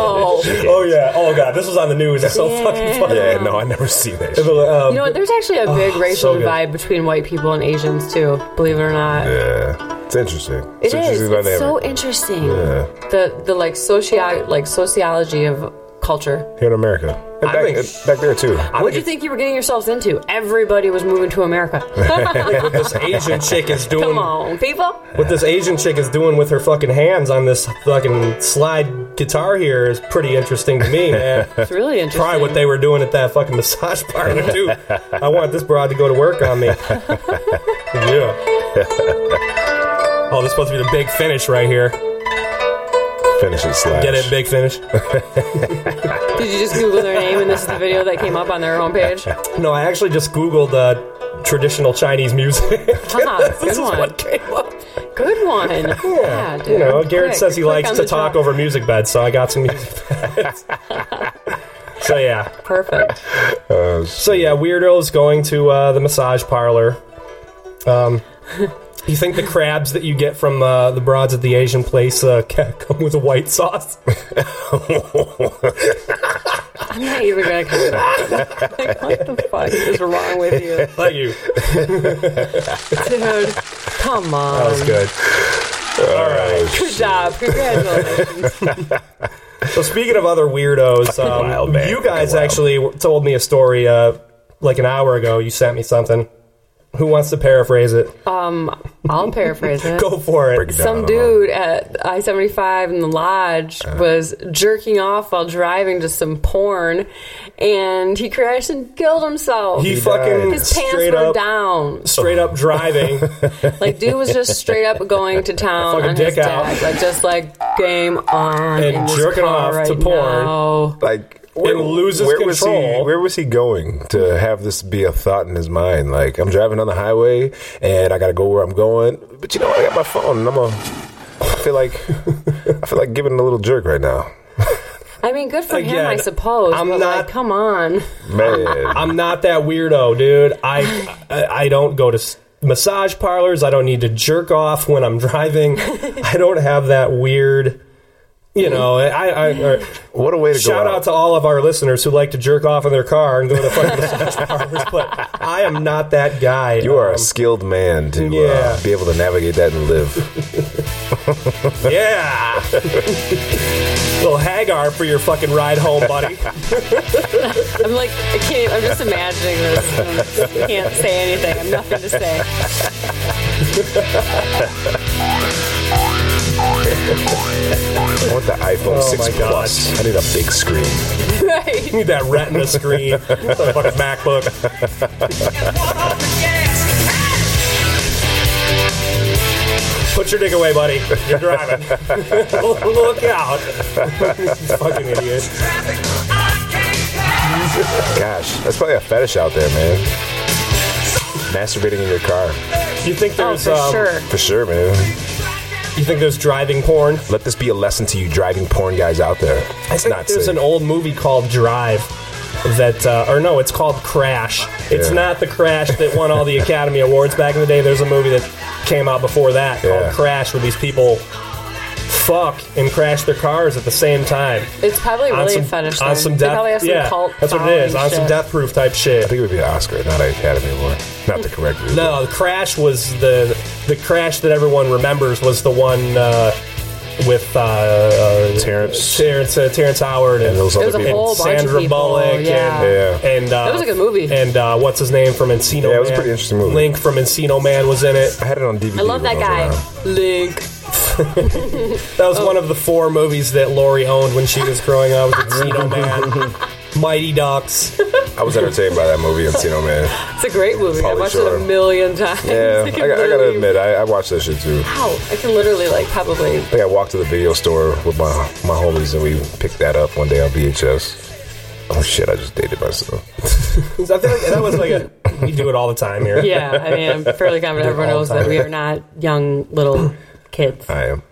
Speaker 1: Oh,
Speaker 4: no.
Speaker 1: yeah, oh god, this was on the news. It's so
Speaker 4: Yeah.
Speaker 1: fucking funny.
Speaker 3: Yeah, no, I never see that. shit.
Speaker 1: Um,
Speaker 4: You know what? There's actually a big racial
Speaker 1: so good.
Speaker 4: divide between white people and Asians too. Believe it or not.
Speaker 3: Yeah, it's interesting.
Speaker 4: It is.
Speaker 3: interesting
Speaker 4: It's so interesting. The the like socio like sociology of culture.
Speaker 3: here in America, and
Speaker 1: I
Speaker 3: back,
Speaker 1: think-
Speaker 3: and back there too.
Speaker 1: I
Speaker 4: What do you think you were getting yourselves into? Everybody was moving to America. Like,
Speaker 1: This Asian chick is doing
Speaker 4: Come on, people.
Speaker 1: what this Asian chick is doing with her fucking hands on this fucking slide guitar here is pretty interesting to me, man.
Speaker 4: It's really interesting.
Speaker 1: Probably what they were doing at that fucking massage parlor, too. I want this broad to go to work on me. yeah. Oh, this is supposed to be the big finish right here.
Speaker 3: Finish it, Slash.
Speaker 1: Get it, big finish.
Speaker 4: Did you just Google their name and this is the video that came up on their homepage?
Speaker 1: No, I actually just Googled uh, traditional Chinese music.
Speaker 4: Ah,
Speaker 1: this is
Speaker 4: good one.
Speaker 1: what came up.
Speaker 4: Good one. Yeah, dude.
Speaker 1: You know, Garrett
Speaker 4: Quick,
Speaker 1: says he
Speaker 4: click
Speaker 1: likes
Speaker 4: on
Speaker 1: to
Speaker 4: the
Speaker 1: talk
Speaker 4: top.
Speaker 1: over music beds, so I got some music beds. so yeah,
Speaker 4: Perfect.
Speaker 3: Uh,
Speaker 1: so yeah, weirdos going to uh, the massage parlor. Um, you think the crabs that you get from uh, the broads at the Asian place uh, ca- come with a white sauce?
Speaker 4: I'm not even gonna come back. like, what the fuck is wrong with you,
Speaker 1: Thank you.
Speaker 4: dude? Come on.
Speaker 1: That was good. All right.
Speaker 4: Good job. Congratulations.
Speaker 1: So speaking of other weirdos, um,
Speaker 3: wild, man.
Speaker 1: you guys
Speaker 3: Fucking wild.
Speaker 1: actually were- told me a story uh, like an hour ago. You sent me something. Who wants to paraphrase it?
Speaker 4: Oh. I'll paraphrase it.
Speaker 1: Go for
Speaker 3: break
Speaker 1: it.
Speaker 3: it down
Speaker 4: Some
Speaker 3: a little.
Speaker 4: dude at I 75 in the lodge
Speaker 1: Uh.
Speaker 4: was jerking off while driving to some porn and he crashed and killed himself.
Speaker 1: He
Speaker 3: died.
Speaker 1: fucking
Speaker 4: His pants
Speaker 1: straight
Speaker 4: were
Speaker 1: up,
Speaker 4: down.
Speaker 1: straight up driving.
Speaker 4: Like, dude was just straight up going to town
Speaker 1: Fucking
Speaker 4: on his
Speaker 1: dick
Speaker 4: dick.
Speaker 1: out.
Speaker 4: Like, just like, game on.
Speaker 1: And
Speaker 4: in this
Speaker 1: jerking
Speaker 4: car
Speaker 1: off
Speaker 4: right
Speaker 1: to porn.
Speaker 4: Now.
Speaker 3: like
Speaker 1: It loses
Speaker 3: Was he,
Speaker 1: control.
Speaker 3: where was he going to have this be a thought in his mind? Like I'm driving on the highway and I gotta go where I'm going, but you know I got my phone and I'm a. I feel like I feel like giving it a little jerk right now,
Speaker 4: I mean, good for
Speaker 1: Again,
Speaker 4: him, I suppose.
Speaker 1: I'm
Speaker 4: I'm but
Speaker 1: not-
Speaker 4: Like, come on.
Speaker 3: man.
Speaker 1: I'm not that weirdo, dude. I I, I don't go to s- massage parlors. I don't need to jerk off when I'm driving. I don't have that weird. You know, I, I, or-
Speaker 3: what a way to
Speaker 1: shout
Speaker 3: go!
Speaker 1: out to all of our listeners who like to jerk off in their car and go to fucking massage parlors. But I am not that guy.
Speaker 3: you are
Speaker 1: Um,
Speaker 3: a skilled man to
Speaker 1: yeah.
Speaker 3: uh, be able to navigate that and live.
Speaker 1: Yeah. Little Hagar for your fucking ride home, buddy.
Speaker 4: I'm like, I can't, I'm just imagining this. I just can't say anything. I have nothing to say.
Speaker 3: I want the iPhone
Speaker 1: Oh,
Speaker 3: 6
Speaker 1: my God.
Speaker 3: Plus. I need a big screen.
Speaker 4: Right.
Speaker 1: Need that retina screen, that fucking MacBook. Put your dick away, buddy. You're driving. Look out. You fucking idiot.
Speaker 3: Gosh, that's probably a fetish out there, man. Masturbating in your car,
Speaker 1: You think
Speaker 4: Oh,
Speaker 1: there's
Speaker 4: for
Speaker 1: um,
Speaker 4: sure.
Speaker 3: for sure, man.
Speaker 1: you think there's driving porn?
Speaker 3: Let this be a lesson to you driving porn guys out there. It's
Speaker 1: think
Speaker 3: not
Speaker 1: there's
Speaker 3: safe.
Speaker 1: an old movie called Drive that uh, or no it's called crash it's
Speaker 3: Yeah.
Speaker 1: not the crash that won all the academy awards back in the day there's a movie that came out before that
Speaker 3: Yeah.
Speaker 1: called crash where these people fuck and crash their cars at the same time
Speaker 4: It's probably really a fetish.
Speaker 1: on
Speaker 4: thing.
Speaker 1: some
Speaker 4: They
Speaker 1: death
Speaker 4: probably have some
Speaker 1: yeah
Speaker 4: cult
Speaker 1: that's what it is
Speaker 4: following
Speaker 1: on some
Speaker 4: shit.
Speaker 1: death proof type
Speaker 3: I
Speaker 1: shit
Speaker 3: think it would be an Oscar, not an Academy Award. Not the correct reason.
Speaker 1: no crash was the the crash that everyone remembers was the one uh, with uh, uh,
Speaker 3: Terrence.
Speaker 1: Terrence, uh, Terrence Howard and
Speaker 3: And those
Speaker 4: It was
Speaker 3: other
Speaker 4: a
Speaker 3: people.
Speaker 4: whole bunch of
Speaker 1: Sandra
Speaker 4: people.
Speaker 1: Bullock
Speaker 4: yeah.
Speaker 1: and
Speaker 3: Yeah.
Speaker 1: and uh,
Speaker 4: That was a good movie.
Speaker 1: And uh, what's his name from Encino?
Speaker 3: Yeah, it was a
Speaker 1: Man?
Speaker 3: pretty interesting movie.
Speaker 1: Link from Encino Man was in it.
Speaker 3: I had it on DVD.
Speaker 4: I love that
Speaker 3: when was
Speaker 4: guy.
Speaker 3: around.
Speaker 4: Link.
Speaker 1: That
Speaker 4: Oh.
Speaker 1: was one of the four movies that Lori owned when she was growing up. was Encino Man, Mighty Ducks.
Speaker 3: I was entertained by that movie, Encino Man.
Speaker 4: It's a great movie. I
Speaker 3: Probably
Speaker 4: watched
Speaker 3: sure.
Speaker 4: it a million times.
Speaker 3: Yeah, I,
Speaker 4: can
Speaker 3: got- I gotta
Speaker 4: literally-
Speaker 3: admit, I, I watched that shit too.
Speaker 4: Ow.
Speaker 3: I
Speaker 4: Oh, I can literally like probably.
Speaker 3: think I walked to the video store with my my homies and we picked that up one day on VHS. Oh shit, I just dated myself.
Speaker 1: I feel like that was like a we do it all the time here.
Speaker 4: Yeah, I mean, I'm fairly confident everyone
Speaker 1: all
Speaker 4: knows
Speaker 1: the time.
Speaker 4: that we are not young little kids.
Speaker 3: I am.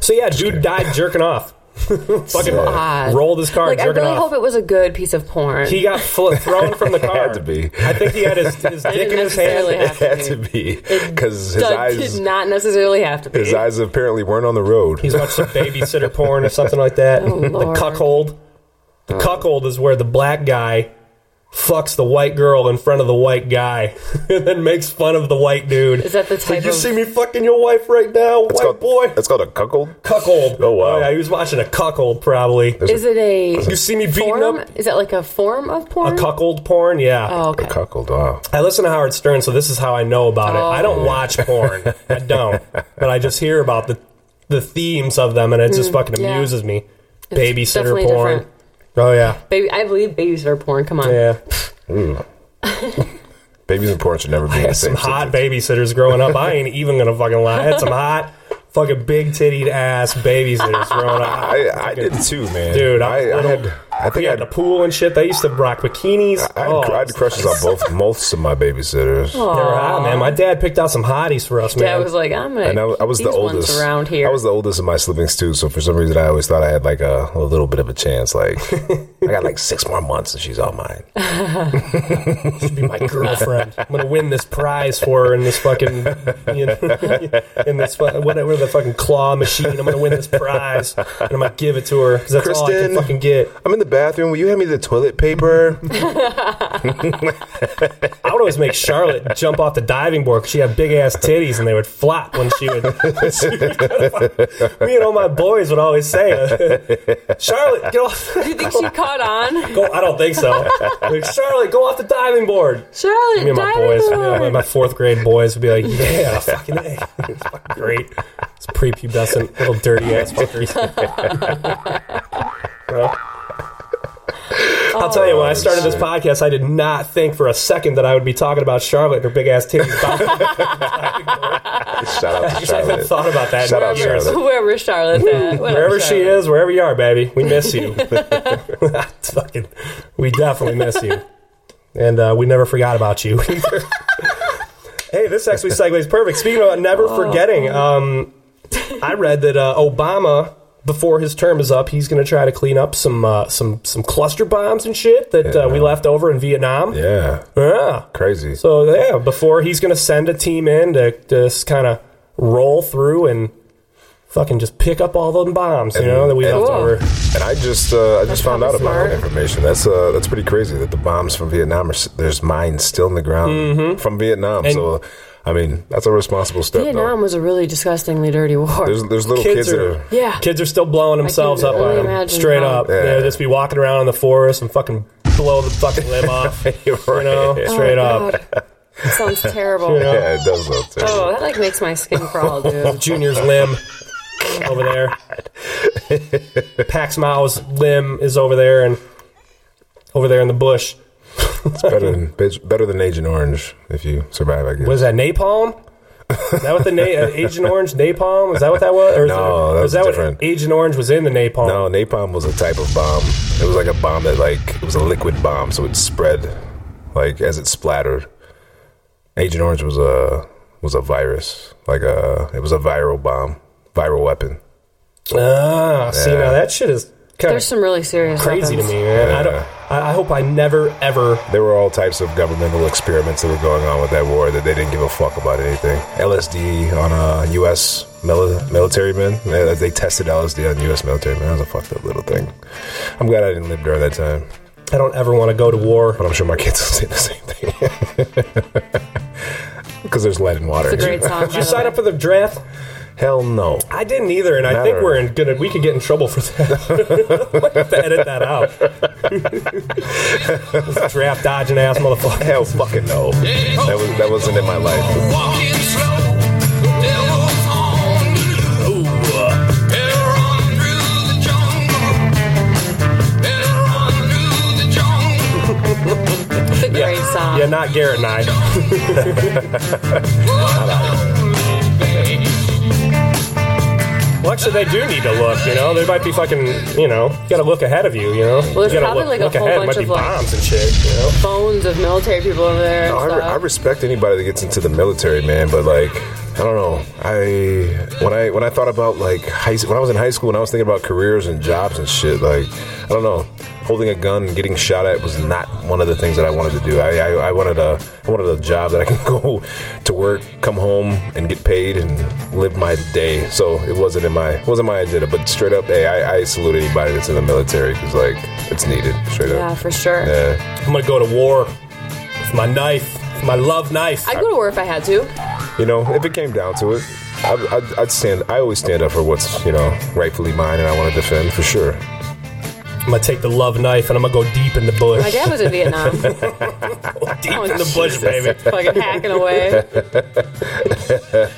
Speaker 1: So yeah, dude died jerking off. Fucking
Speaker 4: Odd.
Speaker 1: rolled his car
Speaker 4: Like, I
Speaker 1: jerking
Speaker 4: really
Speaker 1: off.
Speaker 4: hope it was a good piece of porn.
Speaker 1: he got fl- thrown from the car.
Speaker 3: Had to be.
Speaker 1: I think he had his, his dick in
Speaker 4: didn't
Speaker 1: his hand.
Speaker 4: necessarily
Speaker 3: It
Speaker 4: have to
Speaker 3: had
Speaker 4: be.
Speaker 3: to be because his
Speaker 4: Doug
Speaker 3: eyes
Speaker 4: did not necessarily have to be.
Speaker 3: his eyes apparently weren't on the road.
Speaker 1: He's watched some babysitter porn or something like that. the
Speaker 4: Oh, Lord.
Speaker 1: cuckold.
Speaker 3: Oh.
Speaker 1: The cuckold is where the black guy fucks the white girl in front of the white guy and then makes fun of the white dude.
Speaker 4: Is that the type
Speaker 1: Like, you
Speaker 4: of-
Speaker 1: see me fucking your wife right now,
Speaker 3: That's
Speaker 1: white
Speaker 3: called
Speaker 1: boy?
Speaker 3: That's called a cuckold.
Speaker 1: cuckold.
Speaker 3: Oh, wow.
Speaker 1: yeah, he was watching a cuckold probably.
Speaker 4: Is it a
Speaker 1: You see me beating
Speaker 4: form?
Speaker 1: up
Speaker 4: Is it like a form of
Speaker 1: a
Speaker 4: porn?
Speaker 1: cuckold porn? Yeah.
Speaker 4: oh,
Speaker 3: A
Speaker 4: okay.
Speaker 3: cuckold. Wow.
Speaker 1: I listen to Howard Stern, so this is how I know about it. I don't
Speaker 4: Oh.
Speaker 1: watch porn. I don't. But I just hear about the the themes of them and it just fucking
Speaker 4: Mm, yeah.
Speaker 1: amuses me.
Speaker 4: It's
Speaker 1: Babysitter
Speaker 4: definitely
Speaker 1: porn.
Speaker 4: different.
Speaker 1: Oh yeah.
Speaker 4: Baby, I believe babysitter porn. Come on.
Speaker 1: Yeah.
Speaker 3: Babies and porn should never be in
Speaker 1: I
Speaker 3: the
Speaker 1: had
Speaker 3: same
Speaker 1: some hot
Speaker 3: sentence.
Speaker 1: babysitters growing up. I ain't even gonna fucking lie. I had some hot fucking big tittied ass babies that are thrown out.
Speaker 3: I, I did too, man.
Speaker 1: Dude, I,
Speaker 3: I, I
Speaker 1: little-
Speaker 3: had. I
Speaker 1: we
Speaker 3: think I
Speaker 1: had
Speaker 3: had.
Speaker 1: the pool and shit. They used to rock bikinis.
Speaker 3: I had,
Speaker 1: oh,
Speaker 3: I had crushes on both most of my babysitters.
Speaker 1: they were hot, man. My dad picked out some hotties for us, man.
Speaker 4: Dad was like, I'm gonna.
Speaker 3: And I, was- I was
Speaker 4: keep
Speaker 3: the
Speaker 4: these ones
Speaker 3: oldest
Speaker 4: around here.
Speaker 3: I was the oldest in my siblings too, so for some reason I always thought I had like a, a little bit of a chance. Like I got like six more months and she's all mine.
Speaker 1: to be my girlfriend. I'm gonna win this prize for her in this fucking, you know, in this fu- whatever the fucking claw machine. I'm gonna win this prize, and I'm gonna give it to her because that's all I can
Speaker 3: Kristen.
Speaker 1: fucking get.
Speaker 3: I'm in the bathroom. Will you hand me the toilet paper?
Speaker 1: I would always make Charlotte jump off the diving board because she had big ass titties and they would flop when she would. she would go- Me and all my boys would always say, uh, "Charlotte, get off."
Speaker 4: you think she caught on?
Speaker 1: Go, I don't think so. Like, Charlotte, go off the diving board.
Speaker 4: Charlotte,
Speaker 1: Me and my
Speaker 4: diving
Speaker 1: boys,
Speaker 4: board.
Speaker 1: yeah, my- my fourth grade boys would be like, "Yeah, fucking, a. It's fucking great." It's prepubescent little dirty ass fuckers. Bro. I'll tell you, when I started this podcast, I did not think for a second that I would be talking about Charlotte and her big ass titties.
Speaker 3: Shout out to
Speaker 1: I haven't
Speaker 3: Charlotte.
Speaker 1: thought about that
Speaker 3: Shout
Speaker 1: in
Speaker 3: out
Speaker 1: years.
Speaker 3: Charlotte.
Speaker 4: Wherever Charlotte's at, whatever
Speaker 1: Wherever she
Speaker 4: Charlotte.
Speaker 1: is, wherever you are, baby, we miss you. Fucking, we definitely miss you, and uh, we never forgot about you either. hey, this actually segues perfect. Speaking about never forgetting, um, I read that uh, Obama. Before his term is up, he's going to try to clean up some uh, some some cluster bombs and shit that uh, we
Speaker 3: Yeah.
Speaker 1: left over in Vietnam.
Speaker 3: Yeah,
Speaker 1: yeah.
Speaker 3: crazy.
Speaker 1: So yeah, before he's going to send a team in to just kind of roll through and fucking just pick up all them bombs, you know, that we
Speaker 3: and-
Speaker 1: left
Speaker 4: Cool.
Speaker 1: over.
Speaker 3: And I just uh, I just found out
Speaker 4: probably
Speaker 3: about
Speaker 4: smart.
Speaker 3: that information. That's uh that's pretty crazy that the bombs from Vietnam are s- there's mines still in the ground from Vietnam.
Speaker 1: Mm-hmm. And-
Speaker 3: so I mean that's a responsible step.
Speaker 4: Vietnam
Speaker 3: Though.
Speaker 4: was a really disgustingly dirty war.
Speaker 3: There's there's little
Speaker 1: Kids
Speaker 3: kids,
Speaker 1: are-
Speaker 3: that are
Speaker 4: yeah,
Speaker 1: Kids are still blowing themselves up
Speaker 4: only
Speaker 1: on them,
Speaker 4: imagine
Speaker 1: straight
Speaker 4: how-
Speaker 1: up. They'll
Speaker 3: Yeah.
Speaker 1: just be walking around in the forest and fucking blow the fucking limb off, you know,
Speaker 3: Right.
Speaker 1: straight
Speaker 4: Oh,
Speaker 1: up.
Speaker 4: God. Sounds terrible.
Speaker 3: yeah it does look terrible.
Speaker 4: Oh, that like makes my skin crawl, dude.
Speaker 1: Junior's limb over there. Pax Mao's limb is over there and over there in the bush.
Speaker 3: It's better than bitch- better than Agent Orange if you survive. I guess.
Speaker 1: What is that napalm? Is that what the na- uh, Agent Orange napalm? Is that what that was? Or is
Speaker 3: No,
Speaker 1: it, or is
Speaker 3: that's
Speaker 1: that
Speaker 3: different.
Speaker 1: what Agent Orange was in the napalm?
Speaker 3: No, napalm was a type of bomb. It was like a bomb that like it was a liquid bomb, so it spread like as it splattered. Agent Orange was a was a virus, like a it was a viral bomb, viral weapon.
Speaker 1: Ah, see
Speaker 3: Yeah.
Speaker 1: now that shit is kind
Speaker 4: There's
Speaker 1: of
Speaker 4: some really serious
Speaker 1: crazy to
Speaker 4: weapons.
Speaker 1: me, man. I don't.
Speaker 3: Yeah.
Speaker 1: I, I hope I never ever.
Speaker 3: There were all types of governmental experiments that were going on with that war that they didn't give a fuck about anything. LSD on uh, U.S. Mil- military men. They, they tested LSD on U.S. military men. That was a fucked up little thing. I'm glad I didn't live during that time,
Speaker 1: I don't ever want to go to war.
Speaker 3: but I'm sure my kids will say the same thing. Because there's lead in water.
Speaker 4: It's a great song. by
Speaker 1: Did you
Speaker 4: the
Speaker 1: sign
Speaker 4: way.
Speaker 1: up for the draft?
Speaker 3: Hell no.
Speaker 1: I didn't either, and I think
Speaker 3: Never.
Speaker 1: we're in good. We could get in trouble for that. I might have to edit that out. This draft dodging ass motherfucker.
Speaker 3: Hell fucking no. That was that wasn't in my life.
Speaker 6: Walking slow, devil's on the loose. Better run through the jungle. Better run through the jungle.
Speaker 4: It's a great song.
Speaker 1: Yeah, not Garrett and I. Well, actually, they do need to look. You know, they might be fucking. You know, you got to look ahead of you. You know, well,
Speaker 4: there's
Speaker 1: you gotta
Speaker 4: probably,
Speaker 1: look,
Speaker 4: like, a
Speaker 1: look
Speaker 4: whole
Speaker 1: ahead.
Speaker 4: bunch
Speaker 1: might be
Speaker 4: of, like-
Speaker 1: bombs and shit. You know.
Speaker 4: Bones of military people over there.
Speaker 1: Oh,
Speaker 4: and
Speaker 3: I, re-
Speaker 4: stuff.
Speaker 3: I respect anybody that gets into the military, man, but like I don't know. I when I when I thought about like high when I was in high school and I was thinking about careers and jobs and shit, like I don't know. Holding a gun and getting shot at was not one of the things that I wanted to do. I, I, I wanted a I wanted a job that I can go to work, come home, and get paid and live my day. So it wasn't in my wasn't my agenda. But straight up, hey, I, I salute anybody that's in the military because like it's needed. Straight
Speaker 4: yeah,
Speaker 3: up.
Speaker 4: for sure.
Speaker 3: Yeah.
Speaker 1: I'm gonna go to war with my knife, with my love knife.
Speaker 4: I'd go to war if I had to.
Speaker 3: You know, if it came down to it, I'd, I'd, I'd stand. I always stand up for what's you know rightfully mine, and I want to defend for sure.
Speaker 1: I'm gonna take the love knife and I'm gonna go deep in the bush.
Speaker 4: My dad was in Vietnam.
Speaker 1: deep
Speaker 4: Oh,
Speaker 1: in the bush,
Speaker 4: Jesus.
Speaker 1: baby.
Speaker 4: Fucking hacking away.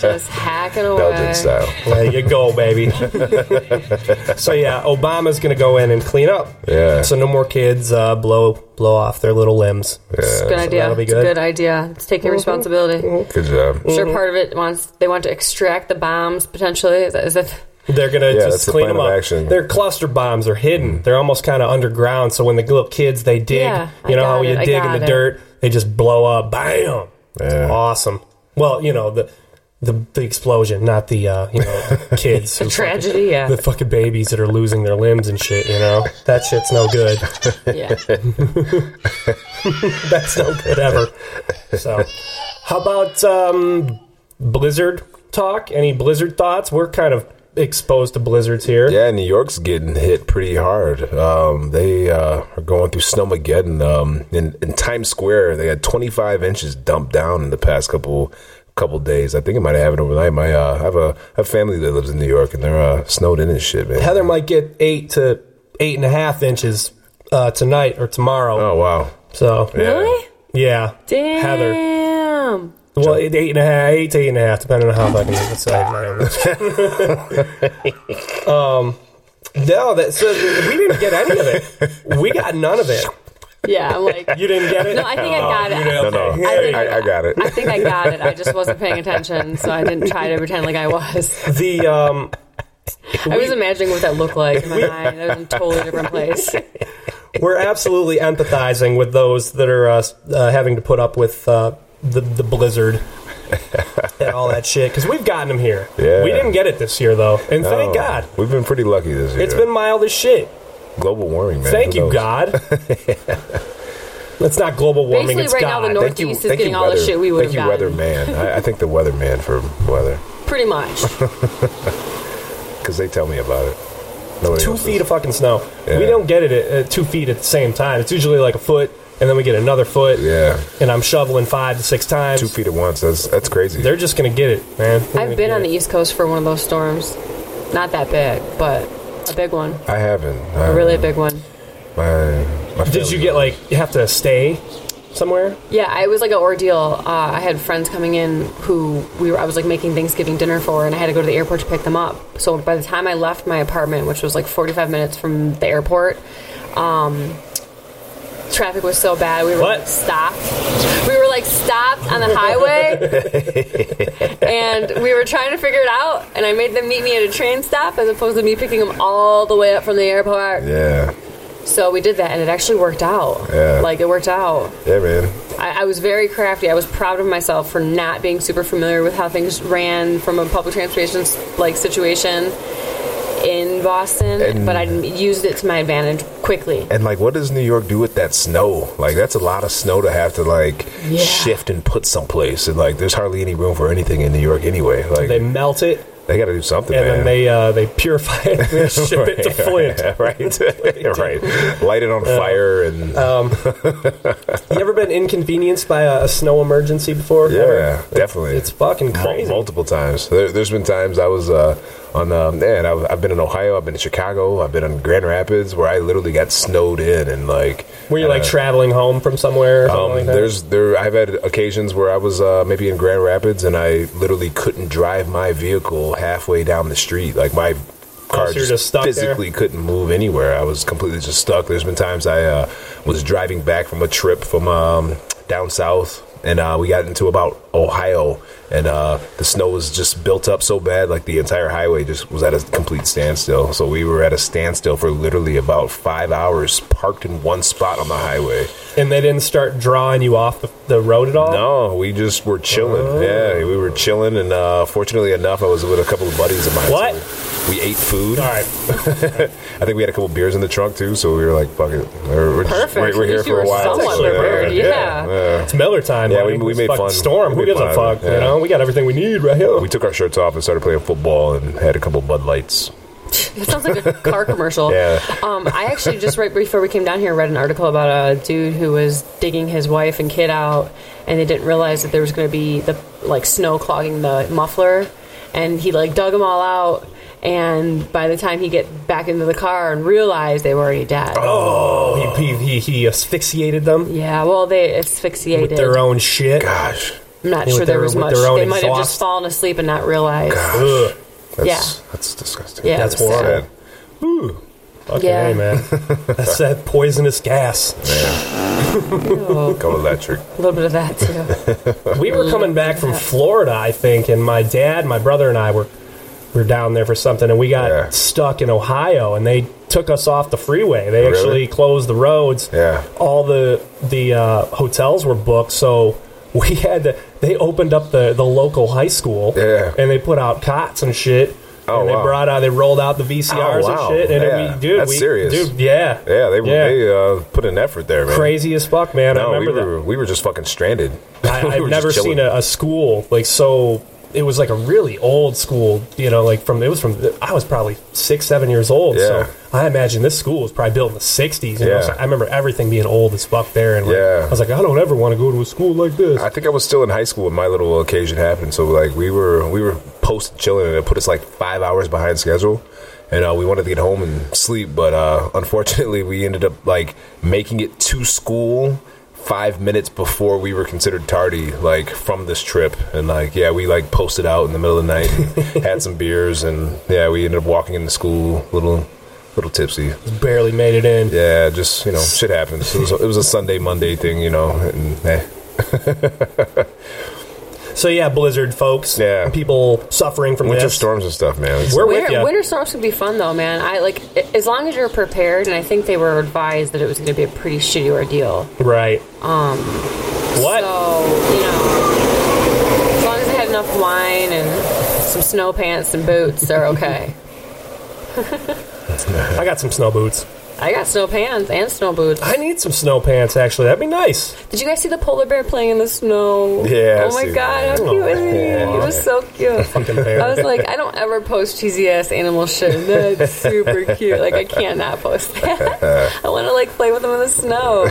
Speaker 4: Just hacking away.
Speaker 3: Belgian style.
Speaker 1: There you go, baby. so yeah, Obama's gonna go in and clean up.
Speaker 3: Yeah.
Speaker 1: So no more kids uh, blow blow off their little limbs.
Speaker 4: It's a good
Speaker 1: So
Speaker 4: idea.
Speaker 1: that'll be
Speaker 4: It's a
Speaker 1: good. Mm-hmm.
Speaker 4: good idea. It's taking responsibility.
Speaker 3: Good job.
Speaker 4: I'm sure part of it wants they want to extract the bombs potentially. Is that, is that
Speaker 1: They're gonna
Speaker 3: that's
Speaker 1: just
Speaker 3: the
Speaker 1: clean
Speaker 3: plan
Speaker 1: them
Speaker 3: of
Speaker 1: up.
Speaker 3: action. Mm.
Speaker 1: Their cluster bombs are hidden. They're almost kind of underground. So when the little kids they dig,
Speaker 4: Yeah, I
Speaker 1: you know how
Speaker 4: got
Speaker 1: you
Speaker 4: it, I
Speaker 1: dig in
Speaker 4: got
Speaker 1: the
Speaker 4: it.
Speaker 1: dirt, they just blow up. Bam!
Speaker 3: Yeah.
Speaker 1: Awesome. Well, you know the the, the explosion, not the uh, you know kids. who fucking-
Speaker 4: tragedy? Yeah.
Speaker 1: the fucking babies that are losing their limbs and shit, you know? That shit's no good.
Speaker 4: yeah.
Speaker 1: That's no good ever. So, how about um, Blizzard talk? Any Blizzard thoughts? We're kind of exposed to blizzards here.
Speaker 3: Yeah, New York's getting hit pretty hard. Um, they uh, are going through snowmageddon. Um, in, in Times Square, they had 25 inches dumped down in the past couple couple days. I think it might have happened overnight. My uh, I have a, I have family that lives in New York, and they're uh, snowed in and shit, man.
Speaker 1: Heather might get eight to eight and a half inches uh, tonight or tomorrow.
Speaker 3: oh wow,
Speaker 1: So,
Speaker 3: Yeah.
Speaker 4: Really?
Speaker 1: yeah.
Speaker 4: Damn.
Speaker 1: Heather. Well, eight, eight and a half, eight to eight and a half, depending on how fucking you decide. my own. um, no, that so we didn't get any of it. We got none of it.
Speaker 4: Yeah, I'm like
Speaker 1: You didn't get it.
Speaker 4: No, I think I got it.
Speaker 1: didn't.
Speaker 3: No, no,
Speaker 1: Okay.
Speaker 3: I,
Speaker 4: think
Speaker 3: I, I got it.
Speaker 4: I think I got it. I just wasn't paying attention, so I didn't try to pretend like I was.
Speaker 1: the um,
Speaker 4: I was imagining what that looked like in my mind. I was in a totally different place.
Speaker 1: we're absolutely empathizing with those that are uh, uh, having to put up with uh, the the blizzard and all that shit because we've gotten them here.
Speaker 3: Yeah.
Speaker 1: we didn't get it this year though, and
Speaker 3: Oh,
Speaker 1: thank God.
Speaker 3: we've been pretty lucky this year.
Speaker 1: It's been mild as shit.
Speaker 3: global warming, man.
Speaker 1: Thank
Speaker 3: Who
Speaker 1: you,
Speaker 3: knows?
Speaker 1: God. That's not global warming.
Speaker 4: Basically,
Speaker 1: it's
Speaker 4: right now
Speaker 1: God.
Speaker 4: the
Speaker 3: Thank you,
Speaker 4: Northeast is
Speaker 3: thank
Speaker 4: getting
Speaker 3: you,
Speaker 4: all the
Speaker 3: weather.
Speaker 4: shit we would
Speaker 3: Thank you,
Speaker 4: have gotten.
Speaker 3: weatherman. I, I think the weatherman for weather
Speaker 4: Pretty much.
Speaker 3: because they tell me about it. Nobody
Speaker 1: two
Speaker 3: else
Speaker 1: feet
Speaker 3: does.
Speaker 1: of fucking snow.
Speaker 3: Yeah.
Speaker 1: We don't get it at, at two feet at the same time. It's usually like a foot, and then we get another foot.
Speaker 3: Yeah.
Speaker 1: And I'm shoveling five to six times.
Speaker 3: two feet at once. That's that's crazy.
Speaker 1: They're just gonna get it, man. They're gonna
Speaker 4: I've been
Speaker 1: get
Speaker 4: on
Speaker 1: it.
Speaker 4: the East Coast for one of those storms. Not that big, but a big one.
Speaker 3: I haven't. I,
Speaker 4: A really big one.
Speaker 3: My, my
Speaker 1: Did you
Speaker 3: family-
Speaker 1: get like you have to stay somewhere?
Speaker 4: Yeah, it was like an ordeal. Uh, I had friends coming in who we were. I was like making Thanksgiving dinner for, and I had to go to the airport to pick them up. So by the time I left my apartment, which was like 45 minutes from the airport, um, traffic was so bad we were
Speaker 1: What?
Speaker 4: like, stopped. We were like stopped on the highway, and we were trying to figure it out. And I made them meet me at a train stop as opposed to me picking them all the way up from the airport.
Speaker 3: Yeah,
Speaker 4: So we did that, and it actually worked out.
Speaker 3: Yeah.
Speaker 4: Like it worked out.
Speaker 3: yeah, man.
Speaker 4: I, I was very crafty. I was proud of myself for not being super familiar with how things ran from a public transportation like situation in Boston,
Speaker 3: And-
Speaker 4: but I used it to my advantage quickly.
Speaker 3: And like, what does New York do with that snow? Like, that's a lot of snow to have to like
Speaker 4: Yeah.
Speaker 3: shift and put someplace. And like, there's hardly any room for anything in New York anyway. Like,
Speaker 1: They
Speaker 3: they,
Speaker 1: melt it
Speaker 3: got to do something,
Speaker 1: and
Speaker 3: man.
Speaker 1: then they uh, they purify it and they ship it Uh, to Flint.
Speaker 3: right, right. Light it on fire and
Speaker 1: You ever been inconvenienced by a, a snow emergency before?
Speaker 3: yeah,
Speaker 1: Ever?
Speaker 3: definitely.
Speaker 1: It's fucking
Speaker 3: Mul-
Speaker 1: crazy.
Speaker 3: multiple times. There, there's been times I was uh, on, um, man, I've, I've been in Ohio, I've been in Chicago, I've been in Grand Rapids, where I literally got snowed in and like.
Speaker 1: Were you like
Speaker 3: uh,
Speaker 1: traveling home from somewhere or something
Speaker 3: Um,
Speaker 1: like that?
Speaker 3: there's there. I've had occasions where I was uh, maybe in Grand Rapids and I literally couldn't drive my vehicle halfway down the street. Like my car
Speaker 1: Oh, so you're just stuck there?
Speaker 3: physically couldn't move anywhere. I was completely just stuck. There's been times I uh, was driving back from a trip from um, down south. And uh, we got into about Ohio, and uh, the snow was just built up so bad, like the entire highway just was at a complete standstill. So we were at a standstill for literally about five hours, parked in one spot on the highway.
Speaker 1: and they didn't start drawing you off the, the road at all?
Speaker 3: No, we just were chilling.
Speaker 1: Oh.
Speaker 3: Yeah, we were chilling, and uh, fortunately enough, I was with a couple of buddies of mine. so
Speaker 1: What?
Speaker 3: we, we ate food.
Speaker 1: All right.
Speaker 3: I think we had a couple beers in the trunk too, so we were like, "Fuck it, we're, we're, just-
Speaker 4: Perfect.
Speaker 3: we're- we're
Speaker 4: At
Speaker 3: here
Speaker 4: least you
Speaker 3: for a
Speaker 4: were
Speaker 3: while."
Speaker 4: somewhat prepared, yeah.
Speaker 1: It's Miller time.
Speaker 3: Yeah,
Speaker 1: buddy.
Speaker 3: we- we
Speaker 1: It's
Speaker 3: made
Speaker 1: fucking
Speaker 3: fun.
Speaker 1: Storm.
Speaker 3: We
Speaker 1: Who
Speaker 3: made
Speaker 1: gives a
Speaker 3: fun,
Speaker 1: fuck?
Speaker 3: yeah.
Speaker 1: You know, we got everything we need right here.
Speaker 3: We took our shirts off and started playing football, and had a couple Bud Lights.
Speaker 4: That sounds like a car commercial.
Speaker 3: Yeah.
Speaker 4: Um, I actually just right before we came down here read an article about a dude who was digging his wife and kid out, and they didn't realize that there was going to be the like snow clogging the muffler, and he like dug them all out. And by the time he get back into the car and realized they were already dead.
Speaker 1: Oh, he, he, he, he asphyxiated them
Speaker 4: Yeah, well, they asphyxiated.
Speaker 1: with their own shit.
Speaker 3: Gosh.
Speaker 4: I'm not
Speaker 1: Yeah,
Speaker 4: sure
Speaker 1: with
Speaker 4: there
Speaker 1: their-
Speaker 4: was
Speaker 1: with
Speaker 4: much.
Speaker 1: their own
Speaker 4: They might have
Speaker 1: exhaust.
Speaker 4: just fallen asleep and not realized.
Speaker 1: Ugh.
Speaker 3: That's,
Speaker 4: Yeah.
Speaker 3: That's disgusting.
Speaker 4: Yeah,
Speaker 1: That's
Speaker 4: it was
Speaker 1: horrible.
Speaker 4: sad.
Speaker 3: Sad.
Speaker 1: Fucking
Speaker 4: Yeah.
Speaker 1: hey, man. That's that poisonous gas.
Speaker 4: Ew.
Speaker 3: Go electric.
Speaker 4: oh, a little bit of that too.
Speaker 1: We were coming back from Florida, I think, and my dad, my brother, and I were we were down there for something, and we got
Speaker 3: Yeah.
Speaker 1: stuck in Ohio, and they took us off the freeway. They
Speaker 3: Really?
Speaker 1: actually closed the roads.
Speaker 3: Yeah.
Speaker 1: all the the uh, hotels were booked, so we had to. They opened up the the local high school,
Speaker 3: Yeah.
Speaker 1: and they put out cots and shit.
Speaker 3: Oh,
Speaker 1: and they
Speaker 3: wow.
Speaker 1: brought out, they rolled out the VCRs
Speaker 3: Oh,
Speaker 1: and
Speaker 3: wow.
Speaker 1: shit, and
Speaker 3: Yeah.
Speaker 1: we, dude,
Speaker 3: That's
Speaker 1: we,
Speaker 3: serious.
Speaker 1: dude, yeah,
Speaker 3: Yeah, they they uh, put an effort there, man.
Speaker 1: crazy as fuck, man. I
Speaker 3: No, we
Speaker 1: remember that.
Speaker 3: were we were just fucking stranded.
Speaker 1: I,
Speaker 3: We
Speaker 1: I've
Speaker 3: were just
Speaker 1: never
Speaker 3: chilling.
Speaker 1: seen a, a school like so. It was like a really old school, you know, like from it was from I was probably six, seven years old.
Speaker 3: Yeah.
Speaker 1: So I imagine this school was probably built in the '60s. You know?
Speaker 3: Yeah.
Speaker 1: so I remember everything being old as fuck there, and like,
Speaker 3: Yeah.
Speaker 1: I was like, I don't ever want to go to a school like this.
Speaker 3: I think I was still in high school when my little occasion happened. So like we were we were post chilling and it put us like five hours behind schedule, and uh, we wanted to get home and sleep, but uh, unfortunately we ended up like making it to school five minutes before we were considered tardy, like from this trip, and like yeah we like posted out in the middle of the night, and had some beers, and yeah we ended up walking into school little little tipsy.
Speaker 1: Barely made it in.
Speaker 3: Yeah, just you know, shit happens. It was, it was a Sunday Monday thing, you know. And, eh.
Speaker 1: So yeah, blizzard, folks.
Speaker 3: Yeah.
Speaker 1: people suffering from
Speaker 3: Winter
Speaker 1: this.
Speaker 3: storms and stuff, man. It's-
Speaker 1: We're with
Speaker 4: Winter,
Speaker 1: you.
Speaker 4: winter storms can be fun though, man. I like a- as long as you're prepared, and I think they were advised that it was going to be a pretty shitty ordeal.
Speaker 1: Right. Um. What?
Speaker 4: So you know, as long as I had enough wine and some snow pants and boots, they're okay.
Speaker 1: I got some snow boots.
Speaker 4: I got snow pants and snow boots.
Speaker 1: I need some snow pants. Actually, that'd be nice.
Speaker 4: Did you guys see the polar bear playing in the snow?
Speaker 3: Yeah, I
Speaker 4: Oh my
Speaker 3: see
Speaker 4: god,
Speaker 3: that.
Speaker 4: how cute was he?
Speaker 1: Aw.
Speaker 4: He was so cute.
Speaker 1: Fucking bear.
Speaker 4: I was like, I don't ever post cheesy ass animal shit. and That's super cute. Like I can't not post that. I want to like play with them in the snow.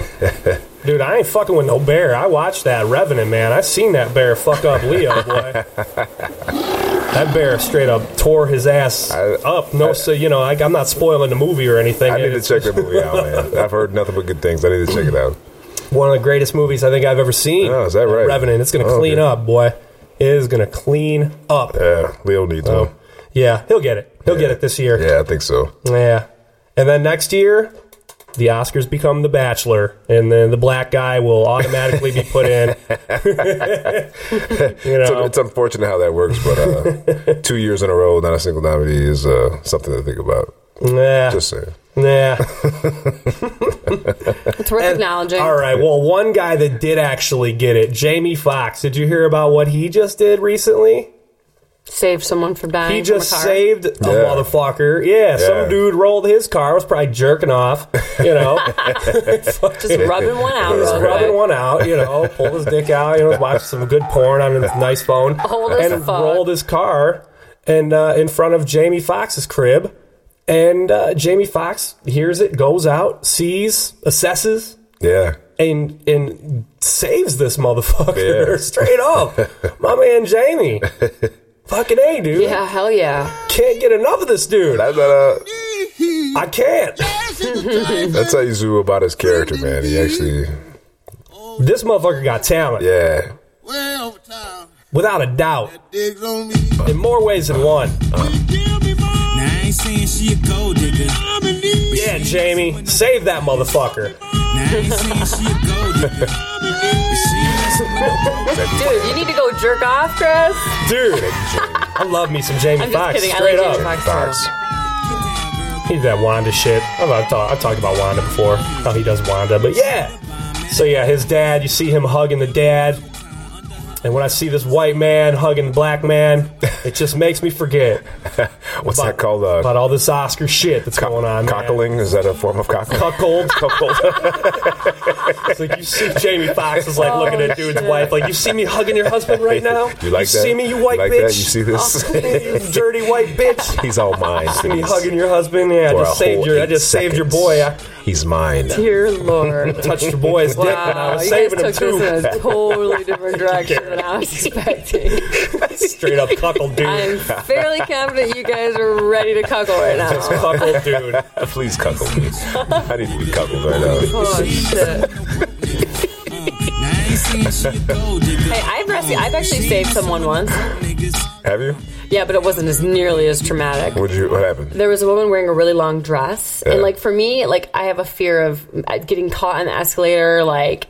Speaker 1: Dude, I ain't fucking with no bear. I watched that Revenant, man. I seen that bear fuck up Leo, boy. that bear straight up tore his ass
Speaker 3: I-
Speaker 1: up. No, so you know, I, I'm not spoiling the movie or anything.
Speaker 3: I need to
Speaker 1: It's
Speaker 3: check that movie out, man. I've heard nothing but good things. I need to check it out.
Speaker 1: one of the greatest movies I think I've ever seen.
Speaker 3: Oh, is that right?
Speaker 1: Revenant. It's gonna
Speaker 3: Oh,
Speaker 1: clean
Speaker 3: okay.
Speaker 1: up, boy. It is gonna clean up.
Speaker 3: Yeah, Leo needs
Speaker 1: Oh.
Speaker 3: one.
Speaker 1: Yeah, he'll get it. He'll get it this year.
Speaker 3: Yeah, I think so.
Speaker 1: Yeah. And then next year, the Oscars become The Bachelor, and then the black guy will automatically be put in. you
Speaker 3: It's,
Speaker 1: know,
Speaker 3: it's unfortunate how that works, but uh, two years in a row, not a single nominee is uh, something to think about.
Speaker 1: yeah,
Speaker 3: Just saying.
Speaker 1: yeah.
Speaker 4: It's worth acknowledging.
Speaker 1: All right. Well, one guy that did actually get it, Jamie Foxx. Did you hear about what he just did recently?
Speaker 4: Save someone from dying.
Speaker 1: He
Speaker 4: from
Speaker 1: just
Speaker 4: a car.
Speaker 1: saved a
Speaker 3: Yeah.
Speaker 1: motherfucker. Yeah,
Speaker 3: Yeah.
Speaker 1: some dude rolled his car, was probably jerking off, you know,
Speaker 4: Just rubbing one out.
Speaker 1: just
Speaker 4: real
Speaker 1: rubbing
Speaker 4: quick.
Speaker 1: one out, you know, pulled his dick out, you know, watched some good porn on his nice phone,
Speaker 4: Old as
Speaker 1: and
Speaker 4: fuck.
Speaker 1: rolled his car and uh, in front of Jamie Foxx's crib. And uh, Jamie Foxx hears it, goes out, sees, assesses,
Speaker 3: Yeah.
Speaker 1: and and saves this motherfucker
Speaker 3: Yeah.
Speaker 1: straight up. My man Jamie. Fucking A, dude.
Speaker 4: Yeah, Uh, hell yeah.
Speaker 1: Can't get enough of this dude.
Speaker 3: That's, uh,
Speaker 1: I can't.
Speaker 3: that's how you do about his character, man. He actually,
Speaker 1: This motherfucker got talent,
Speaker 3: yeah.
Speaker 7: Way over time.
Speaker 1: without a doubt,
Speaker 7: Digs on me.
Speaker 1: in more ways than one.
Speaker 7: Kill me, mom.
Speaker 8: Now I ain't saying she a gold digger. Now
Speaker 7: I'm in need.
Speaker 1: Yeah, Jamie, save that motherfucker.
Speaker 8: I ain't saying she a gold digger. But she ain't messing with no broke
Speaker 4: Dude, you need to go jerk off, Chris.
Speaker 1: Dude, I love me some Jamie
Speaker 4: I'm just
Speaker 1: Foxx.
Speaker 4: kidding. I
Speaker 1: Straight
Speaker 4: like
Speaker 1: up.
Speaker 4: Jamie Foxx.
Speaker 3: Fox.
Speaker 1: He's that Wanda shit. I've, I've, talk, I've talked about Wanda before, how he does Wanda, but yeah. So yeah, his dad, you see him hugging the dad. And when I see this white man hugging the black man, it just makes me forget
Speaker 3: What's
Speaker 1: about,
Speaker 3: that called? Uh,
Speaker 1: about all this Oscar shit that's going on. man.
Speaker 3: cockling? Is that a form of cockling?
Speaker 1: Cuckold.
Speaker 3: Cuckold.
Speaker 1: It's like you see Jamie Foxx is like looking at dude's wife, like you see me hugging your husband right now.
Speaker 3: You like that?
Speaker 1: see me, you white
Speaker 3: like
Speaker 1: bitch. Oh,
Speaker 3: That? You see this?
Speaker 1: you dirty white bitch.
Speaker 3: He's all mine.
Speaker 1: See me
Speaker 3: please.
Speaker 1: hugging your husband. Yeah, I
Speaker 3: For a
Speaker 1: just saved
Speaker 3: whole
Speaker 1: your. I
Speaker 3: eight
Speaker 1: just saved your
Speaker 3: seconds.
Speaker 1: boy. I,
Speaker 3: He's mine.
Speaker 4: Dear Lord.
Speaker 1: Touched your boy's dick when I
Speaker 4: Wow,
Speaker 1: was
Speaker 4: you guys
Speaker 1: saving him
Speaker 4: took this in
Speaker 1: too.
Speaker 4: a totally different direction than I was expecting.
Speaker 1: Straight up cuckold
Speaker 4: I'm
Speaker 1: dude.
Speaker 4: fairly confident you guys are ready to cuckle right now.
Speaker 1: Cuckold dude.
Speaker 3: Please cuddle me. I need to be cuddled right now.
Speaker 4: Oh shit! Hey,
Speaker 8: I ain't seen shit go, digga.
Speaker 4: I've actually, I've actually saved someone once.
Speaker 8: Niggas,
Speaker 3: Have you?
Speaker 4: Yeah, but it wasn't as nearly as traumatic.
Speaker 3: What did you? What happened?
Speaker 4: There was a woman wearing a really long dress,
Speaker 3: Yeah.
Speaker 4: and like for me, like I have a fear of uh, getting caught on the escalator, like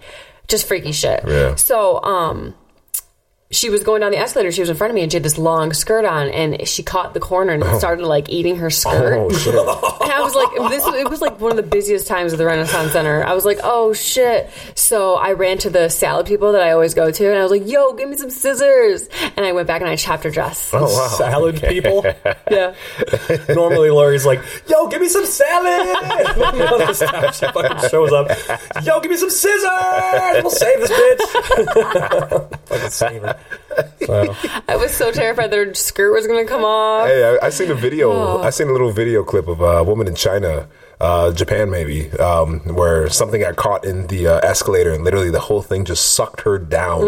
Speaker 4: just freaky shit.
Speaker 3: Yeah.
Speaker 4: So, um, she was going down the escalator. She was in front of me, and she had this long skirt on, and she caught the corner and started like eating her skirt.
Speaker 3: Oh shit!
Speaker 4: And I was like, this it was like one of the busiest times of the Renaissance Center. I was like, oh shit. So I ran to the salad people that I always go to and I was like, yo, give me some scissors. And I went back and I chopped her dress.
Speaker 3: Oh wow!
Speaker 1: Salad people.
Speaker 4: Yeah.
Speaker 1: Normally, Lori's like, "Yo, give me some salad." No, this time she fucking shows up. Yo, give me some scissors. We'll save this bitch. fucking save her. So,
Speaker 4: I was so terrified that her skirt was going to come off.
Speaker 3: Hey, I, I seen a video.
Speaker 4: Oh.
Speaker 3: I seen a little video clip of a woman in China, uh, Japan maybe, um, where something got caught in the uh, escalator, and literally the whole thing just sucked her down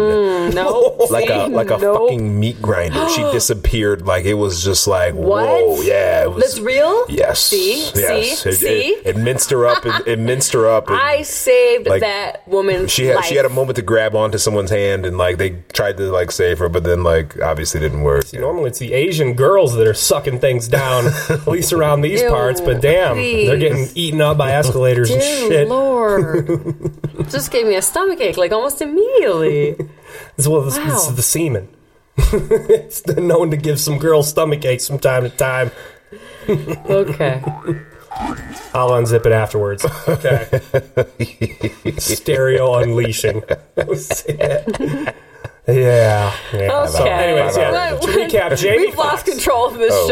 Speaker 4: No.
Speaker 3: like a like a
Speaker 4: Mm. Nope.
Speaker 3: fucking meat grinder. she disappeared. Like it was just like
Speaker 4: What?
Speaker 3: whoa, yeah. It was,
Speaker 4: That's real?
Speaker 3: Yes.
Speaker 4: See?
Speaker 3: Yes.
Speaker 4: See?
Speaker 3: It,
Speaker 4: See?
Speaker 3: It, it minced her up. It, it minced her up. and-
Speaker 4: I saved
Speaker 3: Like,
Speaker 4: that woman's
Speaker 3: she had
Speaker 4: life.
Speaker 3: she had a moment to grab onto someone's hand and like they tried to like save her, but then like obviously didn't work.
Speaker 1: normally, it's the Asian girls that are sucking things down, at least around these
Speaker 4: Ew,
Speaker 1: parts. But damn,
Speaker 4: please.
Speaker 1: they're getting eaten up by escalators and
Speaker 4: Dear
Speaker 1: shit.
Speaker 4: Lord. Just gave me a stomachache like almost immediately.
Speaker 1: This, well, this, this
Speaker 4: Wow.
Speaker 1: is the semen. it's known to give some girls stomach aches from time to time.
Speaker 4: Okay.
Speaker 1: I'll unzip it afterwards. Okay. Stereo unleashing. yeah. yeah. So,
Speaker 4: Okay.
Speaker 1: anyways, yeah.
Speaker 4: What-
Speaker 1: To recap, Jamie
Speaker 4: We've lost
Speaker 1: Foxx.
Speaker 4: control of this
Speaker 3: Oh,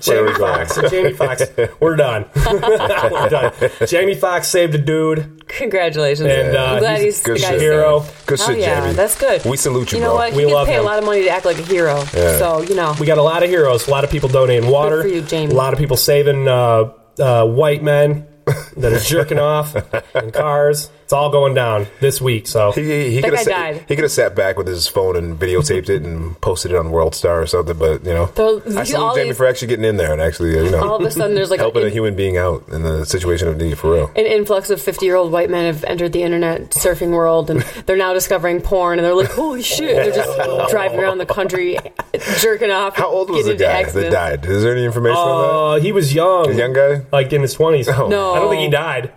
Speaker 4: show.
Speaker 3: where are we going? Where are
Speaker 1: Jamie
Speaker 3: we going?
Speaker 1: Fox. Jamie Fox. We're done. We're done. Jamie Fox saved a dude.
Speaker 4: Congratulations.
Speaker 1: And, uh,
Speaker 4: I'm glad
Speaker 1: he's
Speaker 4: he's,
Speaker 3: Good
Speaker 4: the
Speaker 3: shit.
Speaker 4: guy
Speaker 1: Hero.
Speaker 3: Good
Speaker 4: Oh
Speaker 3: shit,
Speaker 4: yeah,
Speaker 3: Jamie.
Speaker 4: that's good.
Speaker 3: We salute you,
Speaker 4: You know
Speaker 3: bro.
Speaker 4: what?
Speaker 1: We
Speaker 4: you
Speaker 1: love
Speaker 4: get paid
Speaker 1: him.
Speaker 4: a lot of money to act like a hero.
Speaker 3: Yeah.
Speaker 4: So you know,
Speaker 1: We got a lot of heroes. A lot of people donating water.
Speaker 4: Good for you, Jamie.
Speaker 1: A lot of people saving uh, uh, white men that are jerking off in cars. It's all going down this week. So
Speaker 3: He, he, he
Speaker 4: That
Speaker 3: could
Speaker 4: guy
Speaker 3: have
Speaker 4: died.
Speaker 3: He could have sat back with his phone and videotaped it and posted it on World Star or something. But you know,
Speaker 4: So,
Speaker 3: I
Speaker 4: these-
Speaker 3: salute
Speaker 4: all
Speaker 3: Jamie
Speaker 4: these-
Speaker 3: for actually getting in there and actually you know
Speaker 4: all of a sudden there's like
Speaker 3: helping a
Speaker 4: an,
Speaker 3: human being out in the situation of need for real.
Speaker 4: an influx of 50 year old white men have entered the internet surfing world, and they're now discovering porn, and they're like, holy shit! They're just driving around the country, jerking off.
Speaker 3: How old was
Speaker 4: getting
Speaker 3: the
Speaker 4: into Oh.
Speaker 3: guy that
Speaker 4: accidents.
Speaker 3: died? Is there any information on
Speaker 1: uh, he was young.
Speaker 3: that? Young guy?
Speaker 1: Like in his 20s.
Speaker 3: Oh.
Speaker 4: No.
Speaker 1: I don't think he died.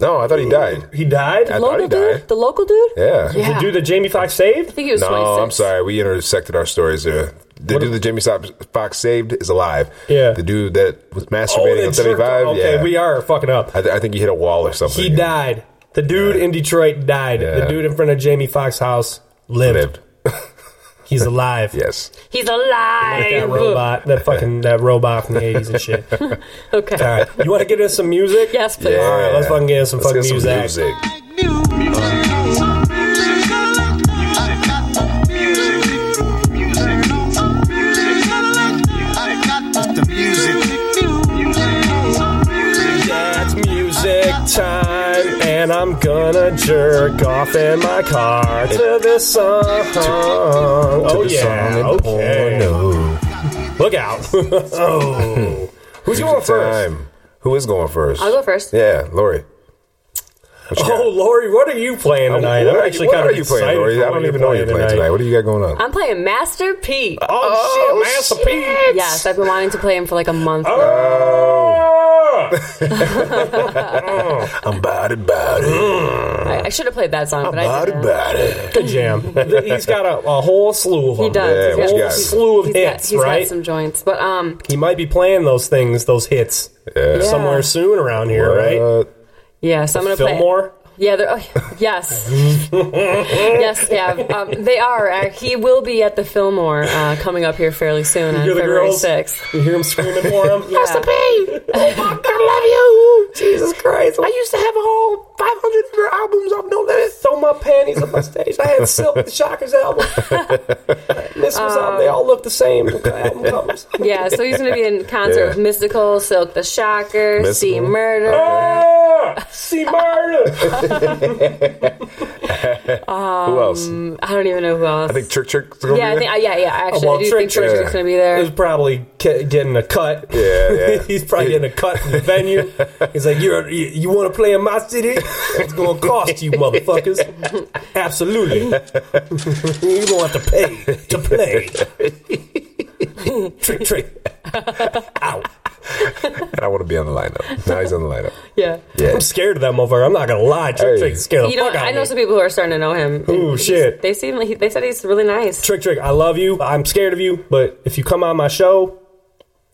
Speaker 3: No, I thought he died.
Speaker 1: He died?
Speaker 3: I thought he
Speaker 4: Local dude?
Speaker 3: died.
Speaker 4: The local dude?
Speaker 3: Yeah.
Speaker 4: Yeah.
Speaker 1: The dude that Jamie Foxx
Speaker 4: I
Speaker 1: saved?
Speaker 4: think he was
Speaker 3: No,
Speaker 4: 26.
Speaker 3: I'm sorry. We intersected our stories there. The dude that Jamie Fox saved is alive.
Speaker 1: Yeah.
Speaker 3: The dude that was
Speaker 1: that
Speaker 3: masturbating on
Speaker 1: Oh, jerk-
Speaker 3: 75.
Speaker 1: Okay,
Speaker 3: yeah.
Speaker 1: we are fucking up.
Speaker 3: I, th- I think he hit a wall or something.
Speaker 1: He died. The dude in Detroit died. The
Speaker 3: Yeah.
Speaker 1: dude in front of Jamie Foxx's house lived.
Speaker 3: Lived.
Speaker 1: He's alive.
Speaker 3: Yes.
Speaker 4: He's
Speaker 1: Like that
Speaker 4: alive.
Speaker 1: robot, that fucking that robot from the 80s and shit. All
Speaker 4: Okay.
Speaker 1: right. You want to get into some music?
Speaker 4: Yes, please.
Speaker 1: All right, let's fucking get into some
Speaker 3: Let's
Speaker 1: fucking
Speaker 3: get
Speaker 1: music. Yeah, it's music time, and I'm gonna jerk off in my car to this song. oh,
Speaker 3: the
Speaker 1: yeah.
Speaker 3: song in
Speaker 1: okay.
Speaker 3: porno.
Speaker 1: Look out. oh. Who's going
Speaker 3: Music
Speaker 1: first?
Speaker 3: time. Who is going first?
Speaker 4: I'll go first.
Speaker 3: Yeah, Lori. What you
Speaker 1: Oh,
Speaker 3: got?
Speaker 1: Lori, what are you playing tonight?
Speaker 3: Uh, what
Speaker 1: I'm
Speaker 3: are
Speaker 1: actually
Speaker 3: you, what
Speaker 1: kind
Speaker 3: are
Speaker 1: of
Speaker 3: you playing,
Speaker 1: excited
Speaker 3: Lori?
Speaker 1: for
Speaker 3: I
Speaker 1: what
Speaker 3: don't
Speaker 1: you're
Speaker 3: even know what you're playing tonight. What do you got going on?
Speaker 4: I'm playing Master P.
Speaker 1: Oh,
Speaker 3: Oh,
Speaker 1: shit, Master P.
Speaker 4: Yes, I've been wanting to play him for like a month.
Speaker 1: Uh, Oh.
Speaker 3: I'm body body,
Speaker 4: I, I should have played that song, but I
Speaker 3: body
Speaker 4: didn't.
Speaker 3: body.
Speaker 1: Good jam. He's got a, a whole slew of them.
Speaker 4: He does.
Speaker 3: Yeah,
Speaker 1: A
Speaker 3: what
Speaker 4: he's
Speaker 3: you
Speaker 1: whole
Speaker 4: got,
Speaker 3: got?
Speaker 1: slew of
Speaker 4: he's got-
Speaker 1: hits,
Speaker 4: he's got
Speaker 1: right?
Speaker 4: some joints, but um,
Speaker 1: He might be playing those things, those hits,
Speaker 3: Yeah. Uh,
Speaker 1: somewhere soon around here, right?
Speaker 3: What?
Speaker 4: yeah. So I'm gonna play.
Speaker 1: Fillmore.
Speaker 4: Yeah, they're, oh, yes, yes, yeah. Um, they are. Uh, He will be at the Fillmore uh, coming up here fairly soon on
Speaker 1: You're the
Speaker 4: February
Speaker 1: girls.
Speaker 4: sixth.
Speaker 1: You hear him screaming for him.
Speaker 4: Master P.
Speaker 1: Oh my God, I love you. Jesus Christ. I used to have a whole 500 albums of No Limit. Throw my panties up my stage. I had Silk, the Shockers album. this was album. They all look the same. when The album comes.
Speaker 4: Yeah, so he's gonna be in concert
Speaker 3: Yeah.
Speaker 4: with Mystical, Silk the Shocker, C
Speaker 3: Mystical.
Speaker 4: Murder,
Speaker 1: Ah! Marta. See Marta.
Speaker 3: Who else?
Speaker 1: Um,
Speaker 4: Um, I don't even know who else.
Speaker 3: I think Church Church. is gonna
Speaker 4: yeah, I
Speaker 3: be
Speaker 4: think,
Speaker 3: there?
Speaker 4: uh, yeah, yeah. Actually,
Speaker 1: well,
Speaker 4: I do
Speaker 1: Trick
Speaker 4: think Church
Speaker 3: Trick.
Speaker 4: is going to be
Speaker 1: He's
Speaker 4: there.
Speaker 1: probably ca- getting a cut.
Speaker 3: Yeah, yeah.
Speaker 1: He's probably getting a cut from the venue. He's like, You're, you, you want to play in my city? It's going to cost you, motherfuckers. Absolutely. You're going to have to pay to play. trick, trick. Out.
Speaker 3: And I want to be on the lineup. Now he's on the lineup.
Speaker 4: Yeah.
Speaker 3: Yeah.
Speaker 1: I'm scared of that motherfucker. I'm not going to lie. Trick,
Speaker 3: Hey.
Speaker 1: trick, scared the
Speaker 4: You know,
Speaker 1: fuck out
Speaker 4: I
Speaker 1: of
Speaker 4: know
Speaker 1: me.
Speaker 4: some people who are starting to know him.
Speaker 1: Ooh,
Speaker 4: He's-
Speaker 1: shit.
Speaker 4: They seem like he, they said he's really nice.
Speaker 1: Trick, trick, I love you. I'm scared of you, but if you come on my show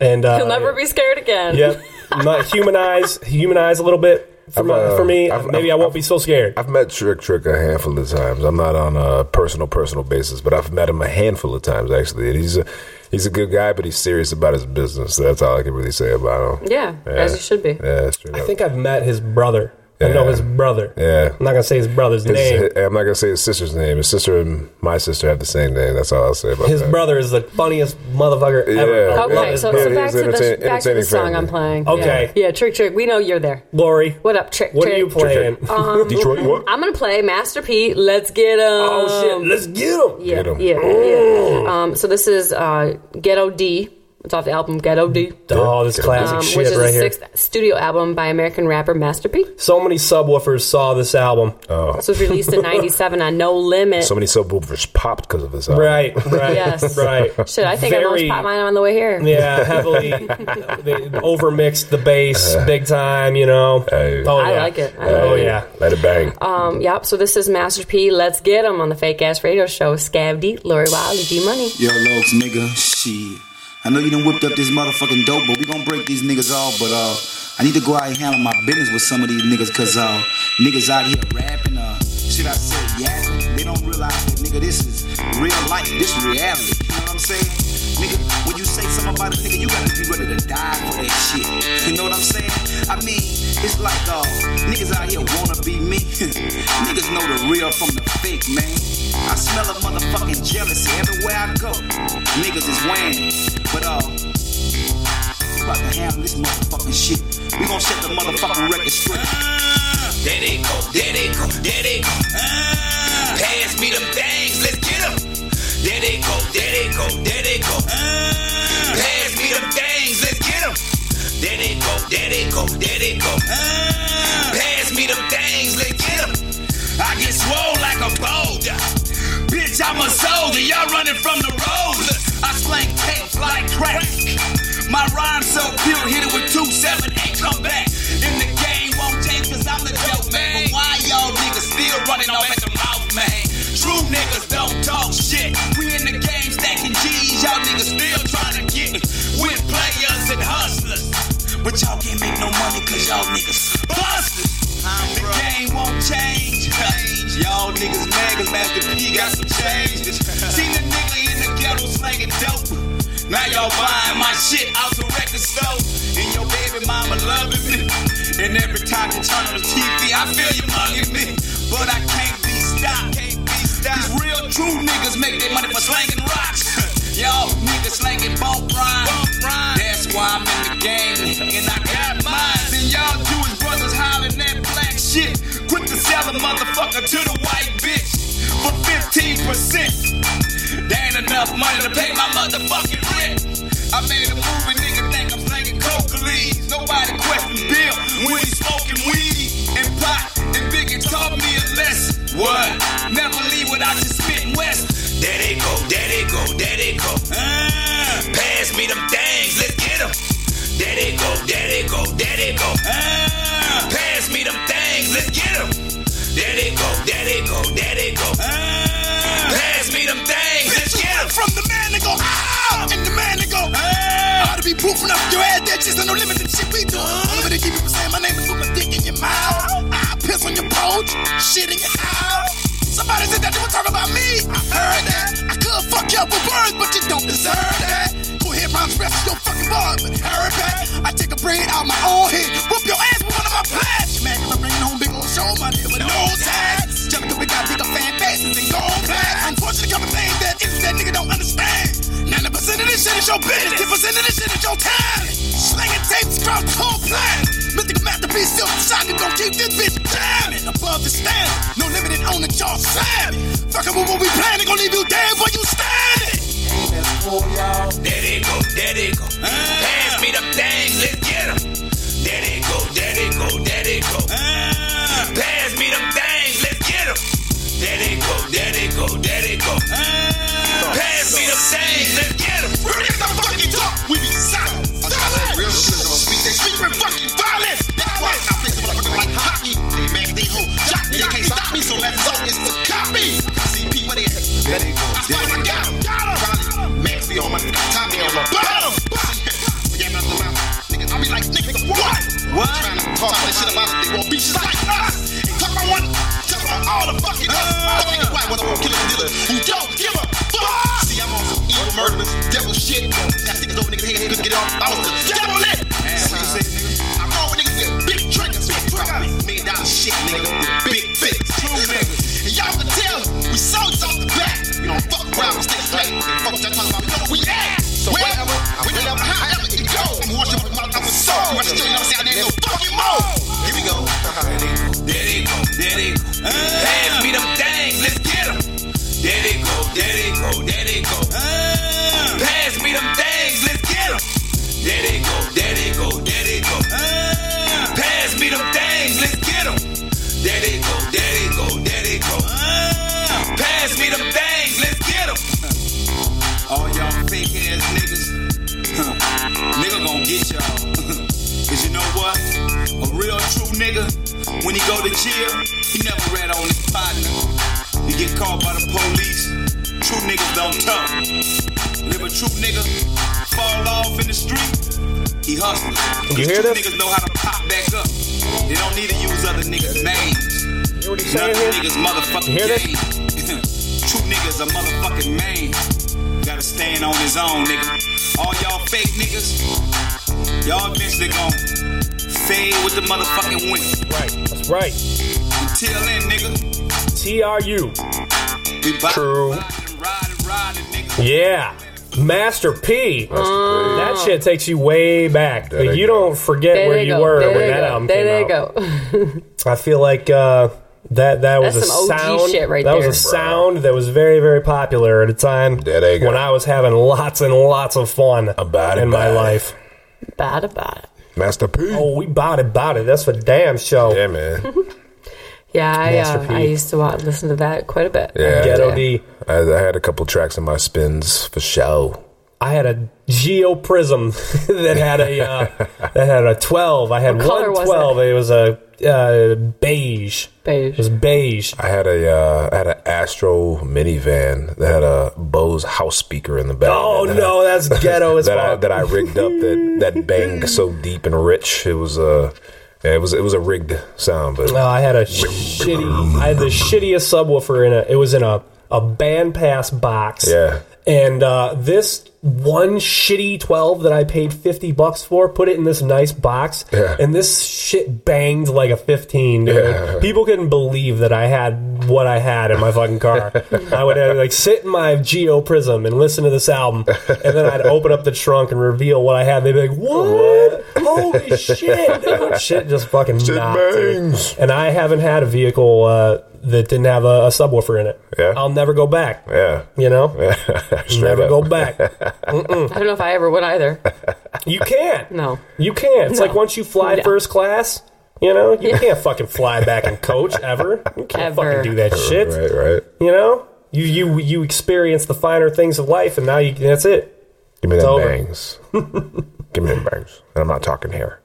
Speaker 1: and. Uh,
Speaker 4: He'll never be scared again.
Speaker 1: Yep. Might humanize, humanize a little bit. For,
Speaker 3: I've,
Speaker 1: my,
Speaker 3: uh,
Speaker 1: for me,
Speaker 3: I've-
Speaker 1: maybe I
Speaker 3: I've-
Speaker 1: won't be so scared.
Speaker 3: I've met Trick Trick a handful of times. I'm not on a personal personal basis, but I've met him a handful of times actually. And he's a he's a good guy, but he's serious about his business. That's all I can really say about him.
Speaker 4: Yeah, as you should be.
Speaker 3: Yeah, straight
Speaker 1: I
Speaker 3: up.
Speaker 1: think I've met his brother. I
Speaker 3: Yeah.
Speaker 1: know his brother.
Speaker 3: Yeah.
Speaker 1: I'm not gonna say his brother's
Speaker 3: His-
Speaker 1: name.
Speaker 3: his- I'm not gonna say his sister's name. His sister and my sister have the same name. That's all I'll say about
Speaker 1: His
Speaker 3: that.
Speaker 1: brother is the funniest motherfucker
Speaker 3: uh, Yeah,
Speaker 1: ever. I love
Speaker 4: Okay,
Speaker 1: his
Speaker 4: so,
Speaker 3: Yeah,
Speaker 1: brother.
Speaker 4: so
Speaker 3: it
Speaker 4: back
Speaker 3: is
Speaker 4: to the
Speaker 3: entertain-
Speaker 4: back to the
Speaker 3: entertaining
Speaker 4: song
Speaker 3: family.
Speaker 4: I'm playing.
Speaker 1: Okay.
Speaker 4: Yeah. yeah, trick trick. We know you're there.
Speaker 1: Lori,
Speaker 4: What up, trick
Speaker 1: Oh. what
Speaker 4: trick?
Speaker 1: are
Speaker 4: Um,
Speaker 1: you playing?
Speaker 3: Detroit what?
Speaker 4: I'm gonna play Master P. Let's get 'em.
Speaker 1: oh shit, let's get him.
Speaker 4: Yeah,
Speaker 3: Get 'em.
Speaker 4: yeah, yeah. Um, so this is uh, Ghetto D. It's off the album Ghetto D,
Speaker 1: Oh, this classic
Speaker 4: um, which
Speaker 1: shit
Speaker 4: is
Speaker 1: right
Speaker 4: the
Speaker 1: here.
Speaker 4: sixth studio album by American rapper Master P.
Speaker 1: So many subwoofers saw this album.
Speaker 3: Oh.
Speaker 4: This was released in '97 on No Limit.
Speaker 3: So many subwoofers popped because of this album.
Speaker 1: Right, right,
Speaker 4: Yes.
Speaker 1: right.
Speaker 4: Shit, I think I almost
Speaker 1: Very,
Speaker 4: popped mine on the way here.
Speaker 1: yeah, heavily they overmixed the bass big time. You know.
Speaker 3: Uh-huh. Hey.
Speaker 1: oh,
Speaker 4: I
Speaker 1: yeah.
Speaker 4: like it. I like
Speaker 1: oh
Speaker 4: it.
Speaker 1: yeah.
Speaker 3: Let it bang.
Speaker 4: Um, yep. So this is Master P. Let's get 'em on the Fake Ass Radio Show. Scab D, Lori Wiley, D Money.
Speaker 8: Yo, Lokes, nigga, shit. I know you done whipped up this motherfucking dope, but we gonna break these niggas off. But uh, I need to go out and handle my business with some of these niggas, cause uh, niggas out here rapping uh, shit I said, yeah. They don't realize that nigga, this is real life, this reality. You know what I'm saying? Nigga, when you say something about a nigga, you gotta be ready to die for that shit. You know what I'm saying? I mean, it's like uh, niggas out here wanna be me. niggas know the real from the fake, man. I smell a motherfucking jealousy everywhere I go. Niggas is whining, but uh, we about to handle this motherfucking shit. We gonna set the motherfucking record straight.
Speaker 6: There they go, there they go, there they go. Ah, Pass me them things, let's get 'em. There they go, there they go, there they go. Ah, Pass me them things, let's get 'em. There they go, there they go, there they go. Ah, Pass me them things, let's get 'em. I get swole like a boulder. Bitch, I'm a soldier, y'all running from the road. I slang tapes like crack. My rhyme so pure, hit it with two, seven, eight, come back. In the game won't change, cause I'm the dope man. But why y'all niggas still running off at the mouth, man? True niggas don't talk shit. We in the game stacking G's, y'all niggas still trying to get with players and hustlers. But y'all can't make no money cause y'all niggas busters. The game won't change. Y'all niggas mad cause Master P got some changes. Seen the nigga in the ghetto slanging dope. Now y'all buying my shit out the record store. And your baby mama loving me. And every time you turn on the TV, I feel you mugging me. But I can't be stopped. Can't be stopped. These real true niggas make their money for slanging rocks. y'all niggas slanging bump rhymes. That's why I'm in the game. And I got mine. And y'all Jewish brothers hollering that black shit. Quick to sell a motherfucker to the white bitch for 15%. There ain't enough money to pay my motherfucking rent. I made a movie, nigga think I'm slanging coca leaves. Nobody question Bill when he smoking weed and pot. And Biggie taught me a lesson. What? Never leave without your spitting west. There they go, there they go, there they go. Ah. Pass me them things, let's get them. There they go, there they go, there they go. Ah. Pass me them things, let's get them. There they go, there they go, there they go. Pass me them things. Ah. Bitch, get them from the man that go ah, and the man that go ah. Ought to be proofing up your ass that shit's no limit to shit we do. I'm gonna keep you from saying my name and put my dick in your mouth. Ah. I piss on your porch, shit in your house. Somebody said that they were talking about me. I heard that. I could fuck you up with words, but you don't deserve that. Go ahead, rhymes, rest your fucking bars, but hurry back. I take a brain out my own head, whoop your ass with one of my plats. Man, I'm bringing home big on show, my nigga, but no tax. Just because we got bigger fan bases and gone black. Unfortunately, couple things that if that nigga don't understand. 90% of this shit is your business, 10% of this shit is your time. Slanging tapes across the whole planet. Mythic masterpiece, Silk Sonic, gon' keep this bitch jamming. Above the standard, no limited on the jaw slamming. Fuckin' with what we planning, gon' leave you dead while you standing. There they go, there they go. Pass me the thing, let's get 'em. There they go, there they go, there they go. Pass me the thing, let's get 'em. There they go, there they go, there they go. Pass me the thing, let's get 'em. Real niggas don't fucking talk, we be silent. Silent. Real niggas don't speak, they speak with fucking violence. That's why I play the motherfucker like hockey. They make they hoe, jock me, they can't stop me, so let's go, it's the copy. CP, where they at? There they go, there they go. Got 'em, got 'em. Max be on my top, they on my bottom. Yeah, not the mouth. Niggas, I be like, niggas, what? What? Trying to talk all this shit about it, they want bitches like ah. us. And talk about one, talk about all the fucking us. I think it's white, whether I'm killing dealers who don't give a fuck. See, I'm on some evil murderous devil shit. Got niggas over niggas' head, niggas get off. I was the devil in. I roll with niggas with big triggers, big triggers. Million dollar shit, nigga, with big fix. True niggas. And y'all can tell, we soldiers off the back. We don't fuck around with sticks back. Fuck what y'all talking about, we know where we at. So wherever, whenever, however it go. I'm washing my mouth, I'm a soul. I'm still, you know what I'm saying? I didn't know fucking more. Here we go. There they go, there they go. Pass me them things, let's get 'em. There they go, there they go, there they go. Pass me them things, let's get 'em. There they go, there they go, there they go. Pass me them things, let's get 'em. There they go, there they go, there they go. Pass me them things, let's get 'em.
Speaker 8: All y'all fake ass niggas, huh, nigga gon' get y'all. Cause you know what? A real true nigga, when he go to jail, he never rat on his partner. He get caught by the police. True niggas don't talk. And if a true nigga fall off in the street, he hustles.
Speaker 1: You
Speaker 8: These
Speaker 1: hear
Speaker 8: true
Speaker 1: this?
Speaker 8: niggas know how to pop back up. They don't need to use other niggas' names.
Speaker 1: You know what he's
Speaker 8: None
Speaker 1: saying
Speaker 8: of
Speaker 1: here?
Speaker 8: niggas motherfucking
Speaker 1: Hear this?
Speaker 8: game. True niggas a motherfucking man. Gotta stand on his own, nigga. All y'all fake niggas, y'all eventually gon' fade with the motherfucking wind.
Speaker 1: Right. That's right.
Speaker 8: Until then, nigga,
Speaker 1: T R U.
Speaker 8: we buy
Speaker 3: True.
Speaker 8: riding, riding, riding, nigga.
Speaker 1: Yeah. Master P.
Speaker 4: Uh-huh.
Speaker 1: That shit takes you way back.
Speaker 3: There they
Speaker 1: you
Speaker 3: go.
Speaker 1: don't forget
Speaker 4: There
Speaker 1: where
Speaker 4: they
Speaker 1: you
Speaker 4: go.
Speaker 1: were
Speaker 4: there
Speaker 1: when
Speaker 4: they
Speaker 1: that
Speaker 4: go.
Speaker 1: album
Speaker 4: there they
Speaker 1: came out.
Speaker 4: go.
Speaker 1: I feel like uh, that that was
Speaker 4: That's
Speaker 1: a
Speaker 4: some OG
Speaker 1: sound
Speaker 4: shit right
Speaker 1: that
Speaker 4: there.
Speaker 1: was a sound that was very very popular at a time
Speaker 3: There they go.
Speaker 1: when I was having lots and lots of fun
Speaker 3: About it,
Speaker 1: in my
Speaker 3: about it.
Speaker 1: life.
Speaker 4: Bad about it.
Speaker 3: Master P.
Speaker 1: Oh, we bought it, bought it. That's for damn show.
Speaker 3: Yeah, man.
Speaker 4: Yeah, I, uh,
Speaker 1: Master P.
Speaker 4: I used to watch, listen to that quite a bit.
Speaker 3: Yeah.
Speaker 1: Ghetto
Speaker 4: Yeah.
Speaker 1: D.
Speaker 3: I, I had a couple tracks in my spins for show.
Speaker 1: I had a Geo Prism that had a uh, that had a twelve. I had
Speaker 4: What color
Speaker 1: one
Speaker 4: was
Speaker 1: twelve. it was a uh, beige. It was
Speaker 4: Beige.
Speaker 1: beige.
Speaker 3: I had a uh, I had an Astro minivan that had a Bose house speaker in the back.
Speaker 1: Oh
Speaker 3: that
Speaker 1: no,
Speaker 3: I,
Speaker 1: that's ghetto as
Speaker 3: that I
Speaker 1: fuck.
Speaker 3: that I rigged up that that banged so deep and rich. It was uh, yeah, it was it was a rigged sound, but
Speaker 1: No, I had a shitty. I had the shittiest subwoofer in a. It was in a a bandpass box.
Speaker 3: Yeah.
Speaker 1: And uh, this one shitty twelve that I paid fifty bucks for, put it in this nice box,
Speaker 3: Yeah.
Speaker 1: and this shit banged like a fifteen. Dude.
Speaker 3: Yeah.
Speaker 1: People couldn't believe that I had what I had in my fucking car. I would uh, like sit in my Geo Prism and listen to this album, and then I'd open up the trunk and reveal what I had. They'd be like, "What? Holy shit! dude." Shit just fucking
Speaker 3: Shit
Speaker 1: knocked, dude.
Speaker 3: bangs.
Speaker 1: And I haven't had a vehicle uh, that didn't have a, a subwoofer in it.
Speaker 3: Yeah.
Speaker 1: I'll never go back.
Speaker 3: yeah,
Speaker 1: You know,
Speaker 3: Straight
Speaker 1: never
Speaker 3: up.
Speaker 1: go back.
Speaker 4: I don't know if I ever would either.
Speaker 1: You can't.
Speaker 4: No.
Speaker 1: You can't. It's
Speaker 4: No.
Speaker 1: like once you fly
Speaker 4: No.
Speaker 1: first class, you know, you can't fucking fly back and coach ever. You can't
Speaker 4: Ever.
Speaker 1: fucking do that shit.
Speaker 3: right, right.
Speaker 1: You know, you you you experience the finer things of life, and now you that's it.
Speaker 3: Give me them
Speaker 1: over.
Speaker 3: bangs. Give me them bangs, and I'm not talking hair.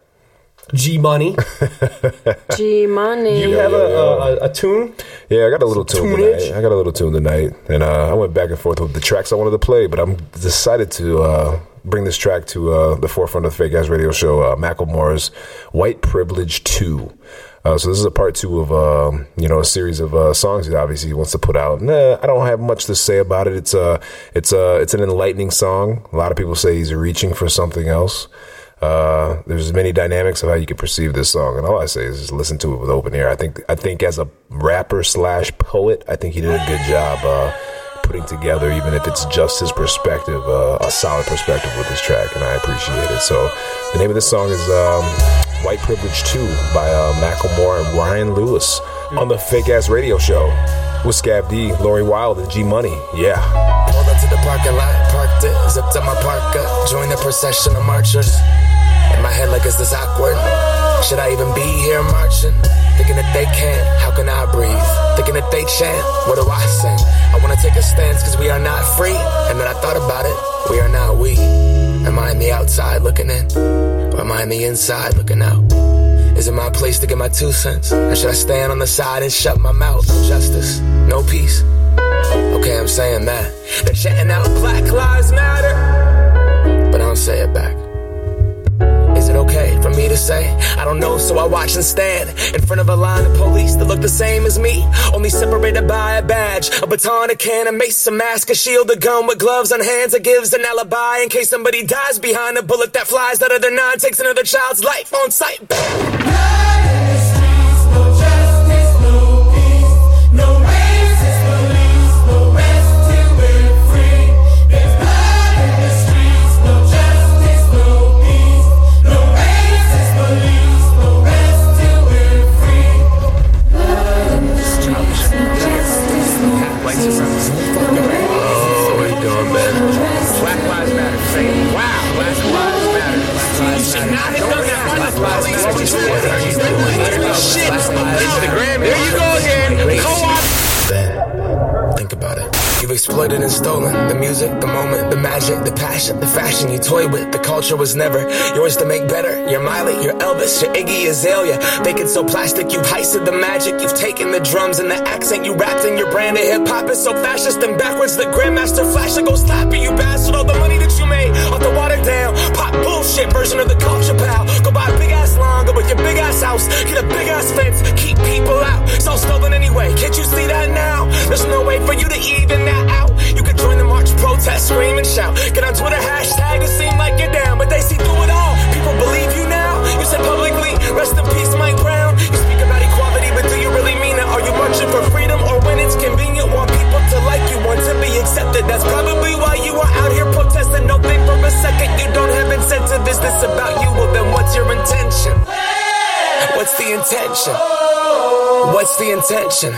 Speaker 1: G money.
Speaker 4: G money.
Speaker 1: You have a, a, a, a tune.
Speaker 3: Yeah, I got a little tune
Speaker 1: Tunage?
Speaker 3: tonight. I got a little tune tonight, and uh, I went back and forth with the tracks I wanted to play, but I'm decided to uh, bring this track to uh, the forefront of the Fake Ass Radio Show. Uh, Macklemore's "White Privilege 2." Uh, so this is a part two of um, you know a series of uh, songs that obviously he wants to put out. Nah, I don't have much to say about it. It's uh, it's uh, it's an enlightening song. A lot of people say he's reaching for something else. Uh, there's many dynamics of how you can perceive this song, and all I say is just listen to it with open ear. I think I think as a rapper slash poet, I think he did a good job uh, putting together, even if it's just his perspective, uh, a solid perspective with this track, and I appreciate it. So, the name of this song is um, White Privilege 2 by uh, Macklemore and Ryan Lewis on the Fake Ass Radio Show with Scab D, Lori Wilde, and G Money. Yeah.
Speaker 9: Pulled up to the parking lot, parked it, zipped up my parka, joined the procession of marchers. In my head, like, is this awkward? Should I even be here marching? Thinking that they can't, how can I breathe? Thinking that they chant, what do I sing? I wanna take a stance, cause we are not free. And then I thought about it, we are not we. Am I on the outside looking in? Or am I on the inside looking out? Is it my place to get my two cents? Or should I stand on the side and shut my mouth? No justice, no peace. Okay, I'm saying that. They're shouting out Black Lives Matter, but I don't say it back. Is it okay for me to say? I don't know, so I watch and stand in front of a line of police that look the same as me, only separated by a badge, a baton, a can, a mace, a mask, a shield, a gun with gloves on hands that gives an alibi in case somebody dies behind a bullet that flies out of the nine, takes another child's life on sight.
Speaker 10: White supremacy. Oh, what are you doing, man? Black Lives Matter. Say, wow, Black Lives Matter. Black Lives Matter. Black Lives Matter. What are you doing? Shit. Instagram. There you go again. Co-op.
Speaker 9: Then think about it. You've exploited and stolen the music, the moment, the magic, the passion, the fashion you toy with. The culture was never yours to make better. You're Miley, you're Elvis, you're Iggy Azalea. They can so plastic, you've heisted the magic. You've taken the drums and the accent you rapped in. Your brand of hip hop is so fascist and backwards. The Grandmaster Flash will go slap you, you bastard. All the money that you made off the watered down, pop bullshit version of the culture pal. Go buy a big ass lawn, go with your big ass house, get a big ass fence, keep people out. So stolen anyway, can't you see that now? There's no way for you to even that out. You can join the march, protest, scream, and shout. Get on Twitter, hashtag, it seem like you're down, but they see through it all. People believe you now. You said publicly, rest in peace, Mike Brown. You speak about equality, but do you really mean it? Are you marching for freedom or when it's convenient? Want people to like you, want to be accepted. That's probably why you are out here protesting. Don't think for a second you don't have incentive. Is this about you? Well, then what's your intention? What's the intention? What's the intention?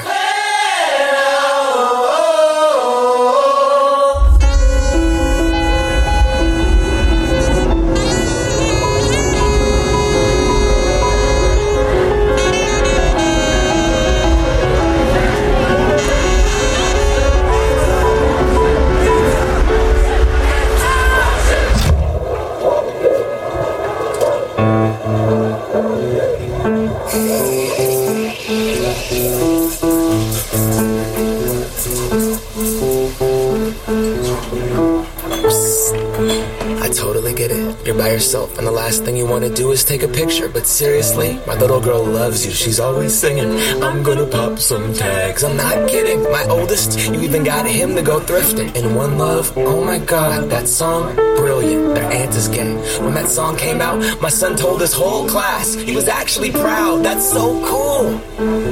Speaker 9: I totally get it. You're by yourself, and the last thing you want to do is take a picture. But seriously, my little girl loves you. She's always singing, I'm gonna pop some tags. I'm not kidding. My oldest, you even got him to go thrifting. And One Love, oh my god, that song, brilliant. Their aunt is gay. When that song came out, my son told his whole class. He was actually proud. That's so cool.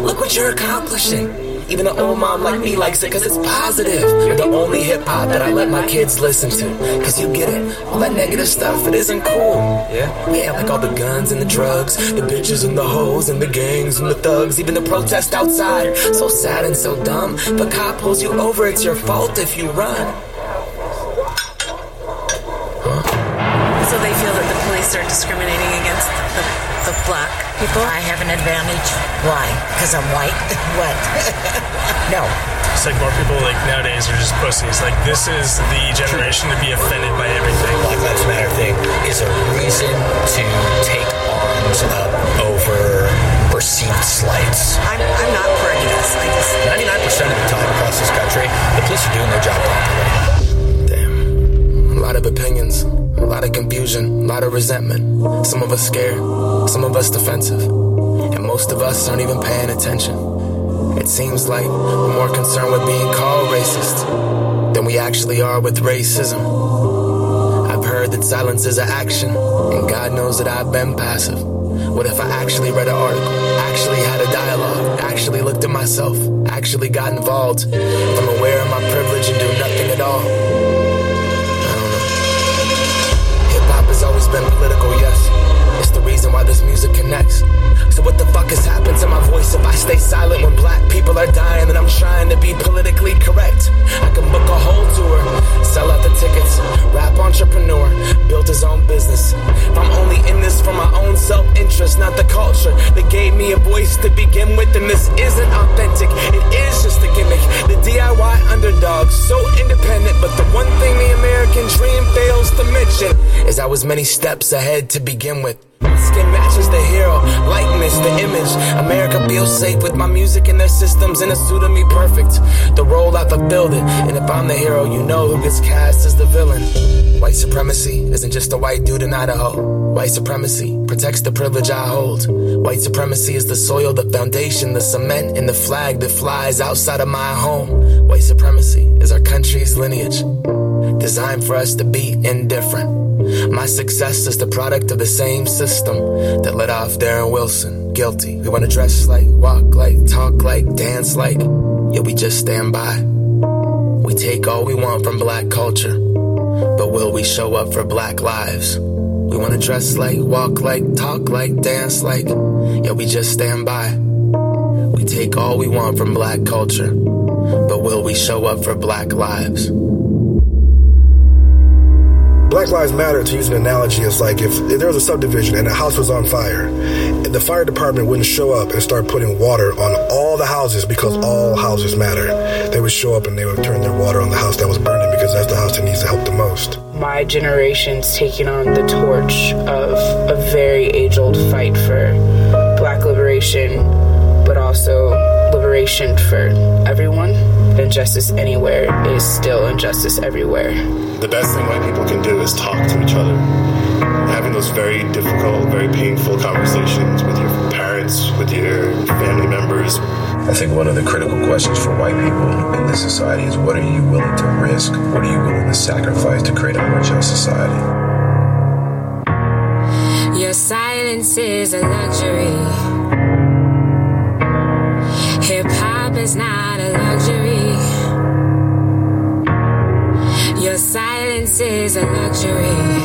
Speaker 9: Look what you're accomplishing. Even an old mom like me likes it because it's positive. You're the only hip hop that I let my kids listen to because you get it. All that negative stuff, it isn't cool. Yeah? Yeah, like all the guns and the drugs, the bitches and the hoes and the gangs and the thugs, even the protest outside. So sad and so dumb. But cop pulls you over, it's your fault if you run.
Speaker 11: So they feel that the police are discriminating against the, the black people?
Speaker 12: I have an advantage. Why? Because I'm white? what? no.
Speaker 10: It's like more people like nowadays are just pussies. Like this is the generation to be offended by everything.
Speaker 13: Black Lives Matter thing is a reason to take arms up over perceived slights.
Speaker 11: I'm, I'm not for this. I just,
Speaker 13: 99% of the time across this country, the police are doing their job properly.
Speaker 9: Damn. A lot of opinions, a lot of confusion, a lot of resentment. Some of us scared, some of us defensive, and most of us aren't even paying attention. It seems like we're more concerned with being called racist than we actually are with racism. I've heard that silence is an action, and God knows that I've been passive. What if I actually read an article, actually had a dialogue, actually looked at myself, actually got involved? If I'm aware of my privilege and do nothing at all. I don't know. Hip hop has always been political, yes. It's the reason why this music connects. So what the fuck has happened to my voice if I stay silent when black people are dying and I'm trying to be politically correct? I can book a whole tour, sell out the tickets, rap entrepreneur, built his own business. If I'm only in this for my own self-interest, not the culture that gave me a voice to begin with, and this isn't authentic, it is just a gimmick. The DIY underdog, so independent, but the one thing the American dream fails to mention is I was many steps ahead to begin with. Skin matches the hero, likeness, the image. America feels safe with my music and their systems, and it suited me perfect. The role I fulfilled it, and if I'm the hero, you know who gets cast as the villain. White supremacy isn't just a white dude in Idaho. White supremacy protects the privilege I hold. White supremacy is the soil, the foundation, the cement, and the flag that flies outside of my home. White supremacy is our country's lineage, designed for us to be indifferent. My success is the product of the same system that let off Darren Wilson guilty. We want to dress like, walk like, talk like, dance like, yet we just stand by. We take all we want from black culture, but will we show up for black lives? We want to dress like, walk like, talk like, dance like, yet we just stand by. We take all we want from black culture, but will we show up for black lives?
Speaker 8: Black Lives Matter, to use an analogy, is like if, if there was a subdivision and a house was on fire, and the fire department wouldn't show up and start putting water on all the houses because all houses matter. They would show up and they would turn their water on the house that was burning because that's the house that needs the help the most.
Speaker 13: My generation's taking on the torch of a very age old fight for black liberation, but also liberation for everyone. Injustice anywhere is still injustice everywhere.
Speaker 14: The best thing white people can do is talk to each other. Having those very difficult, very painful conversations with your parents, with your family members.
Speaker 15: I think one of the critical questions for white people in this society is what are you willing to risk? What are you willing to sacrifice to create a more just society?
Speaker 6: Your silence is a luxury. Hip hop is not a luxury. Your silence is a luxury.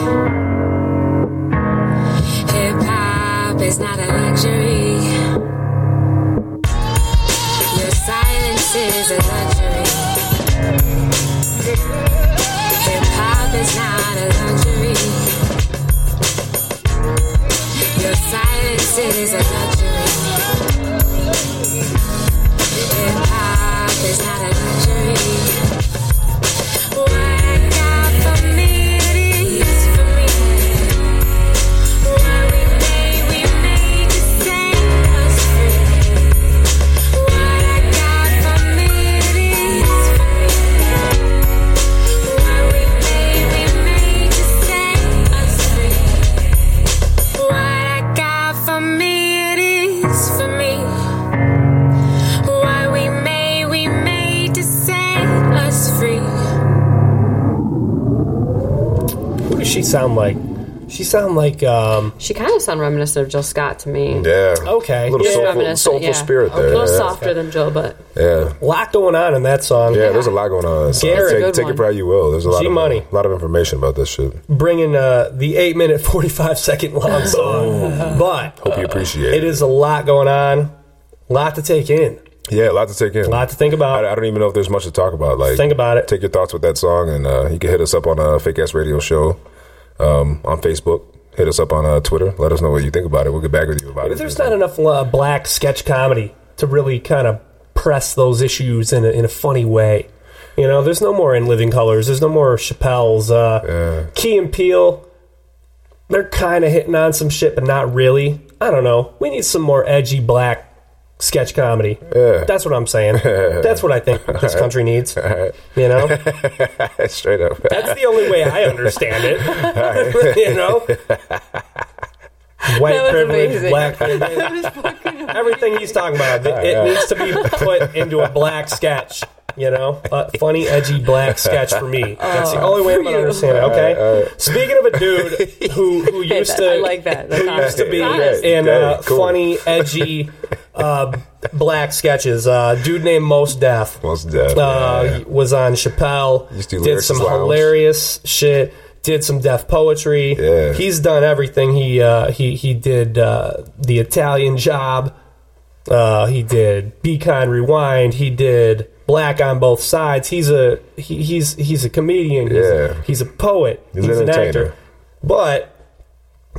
Speaker 6: Hip hop is not a luxury. Your silence is a luxury. Hip hop is not a luxury. Your silence is a luxury. Hip hop is not a luxury. What I got for me, it is for me. What we made, we made to set us free.
Speaker 1: Who does she sound like? She sound like um
Speaker 4: She kind of sound reminiscent of Jill Scott to me.
Speaker 1: Yeah. Okay.
Speaker 4: She is reminiscent, yeah. A little softer than Jill, but
Speaker 1: Yeah. A lot going on in that song.
Speaker 3: Yeah, there's a lot going on. So
Speaker 1: Garrett,
Speaker 3: take, take it for how you will. There's a lot
Speaker 1: G
Speaker 3: of
Speaker 1: Money.
Speaker 3: a lot of information about this shit.
Speaker 1: bringing uh, the eight minute forty five second long song, but
Speaker 3: Oh. Hope you appreciate
Speaker 1: Uh, it
Speaker 3: it.
Speaker 1: is a lot going on, a lot to take in.
Speaker 3: Yeah, a lot to take in. A lot
Speaker 1: to think about.
Speaker 3: I, I don't even know if there's much to talk about. Like,
Speaker 1: Think about it.
Speaker 3: Take your thoughts with that song, and uh, you can hit us up on a fake ass radio show um, on Facebook. Hit us up on uh, Twitter. Let us know what you think about it. We'll get back with you about
Speaker 1: But
Speaker 3: it.
Speaker 1: there's not enough uh, black sketch comedy to really kind of press those issues in a, in a funny way. You know, there's no more in Living Colors. There's no more Chappelle's. Uh, Key and Peele, they're kind of hitting on some shit, but not really. I don't know. We need some more edgy black sketch comedy. That's what I'm saying. That's what I think this country needs. You know,
Speaker 3: straight up.
Speaker 1: That's the only way I understand it. you know, white
Speaker 16: That was
Speaker 1: privilege,
Speaker 16: amazing.
Speaker 1: black privilege, everything he's talking about. It, it
Speaker 16: yeah.
Speaker 1: needs to be put into a black sketch. You know, a funny, edgy black sketch for me. That's the
Speaker 4: Oh,
Speaker 1: only way I'm
Speaker 4: for
Speaker 1: gonna
Speaker 4: you.
Speaker 1: understand it. Okay. Speaking of a dude who who
Speaker 4: Hey,
Speaker 1: used
Speaker 4: that-
Speaker 1: to
Speaker 4: I like that. That's
Speaker 1: who used to be
Speaker 4: honest.
Speaker 1: in uh,
Speaker 4: Cool.
Speaker 1: funny, edgy uh, black sketches, uh, dude named Most Deaf.
Speaker 3: Most
Speaker 1: uh,
Speaker 3: Def, yeah, yeah.
Speaker 1: was on Chappelle.
Speaker 3: Used to do
Speaker 1: Did
Speaker 3: Lyricist
Speaker 1: some
Speaker 3: Lounge.
Speaker 1: hilarious shit. Did some deaf poetry.
Speaker 3: Yeah.
Speaker 1: He's done everything. He uh, he he did uh, the Italian Job. Uh, he did Beacon Rewind. He did Black on Both Sides. He's a he, he's he's a comedian. He's,
Speaker 3: Yeah.
Speaker 1: he's a poet.
Speaker 3: He's
Speaker 1: He's,
Speaker 3: an
Speaker 1: an
Speaker 3: entertainer.
Speaker 1: actor. But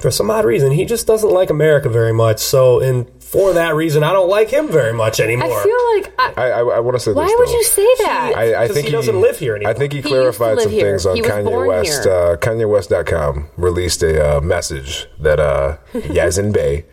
Speaker 1: for some odd reason, he just doesn't like America very much. So, and for that reason, I don't like him very much
Speaker 4: I
Speaker 1: anymore.
Speaker 4: feel like I,
Speaker 3: I, I, I want to say.
Speaker 4: why
Speaker 3: this,
Speaker 4: would
Speaker 3: though.
Speaker 4: you say that?
Speaker 3: I, I
Speaker 1: 'Cause
Speaker 3: think
Speaker 1: he doesn't live here
Speaker 3: I think he,
Speaker 4: He used to
Speaker 3: clarified
Speaker 4: live
Speaker 3: some
Speaker 4: here.
Speaker 3: things on
Speaker 4: He was
Speaker 3: Kanye
Speaker 4: born
Speaker 3: West.
Speaker 4: here.
Speaker 3: Uh, KanyeWest.com released a uh, message that uh, Yazin Bey,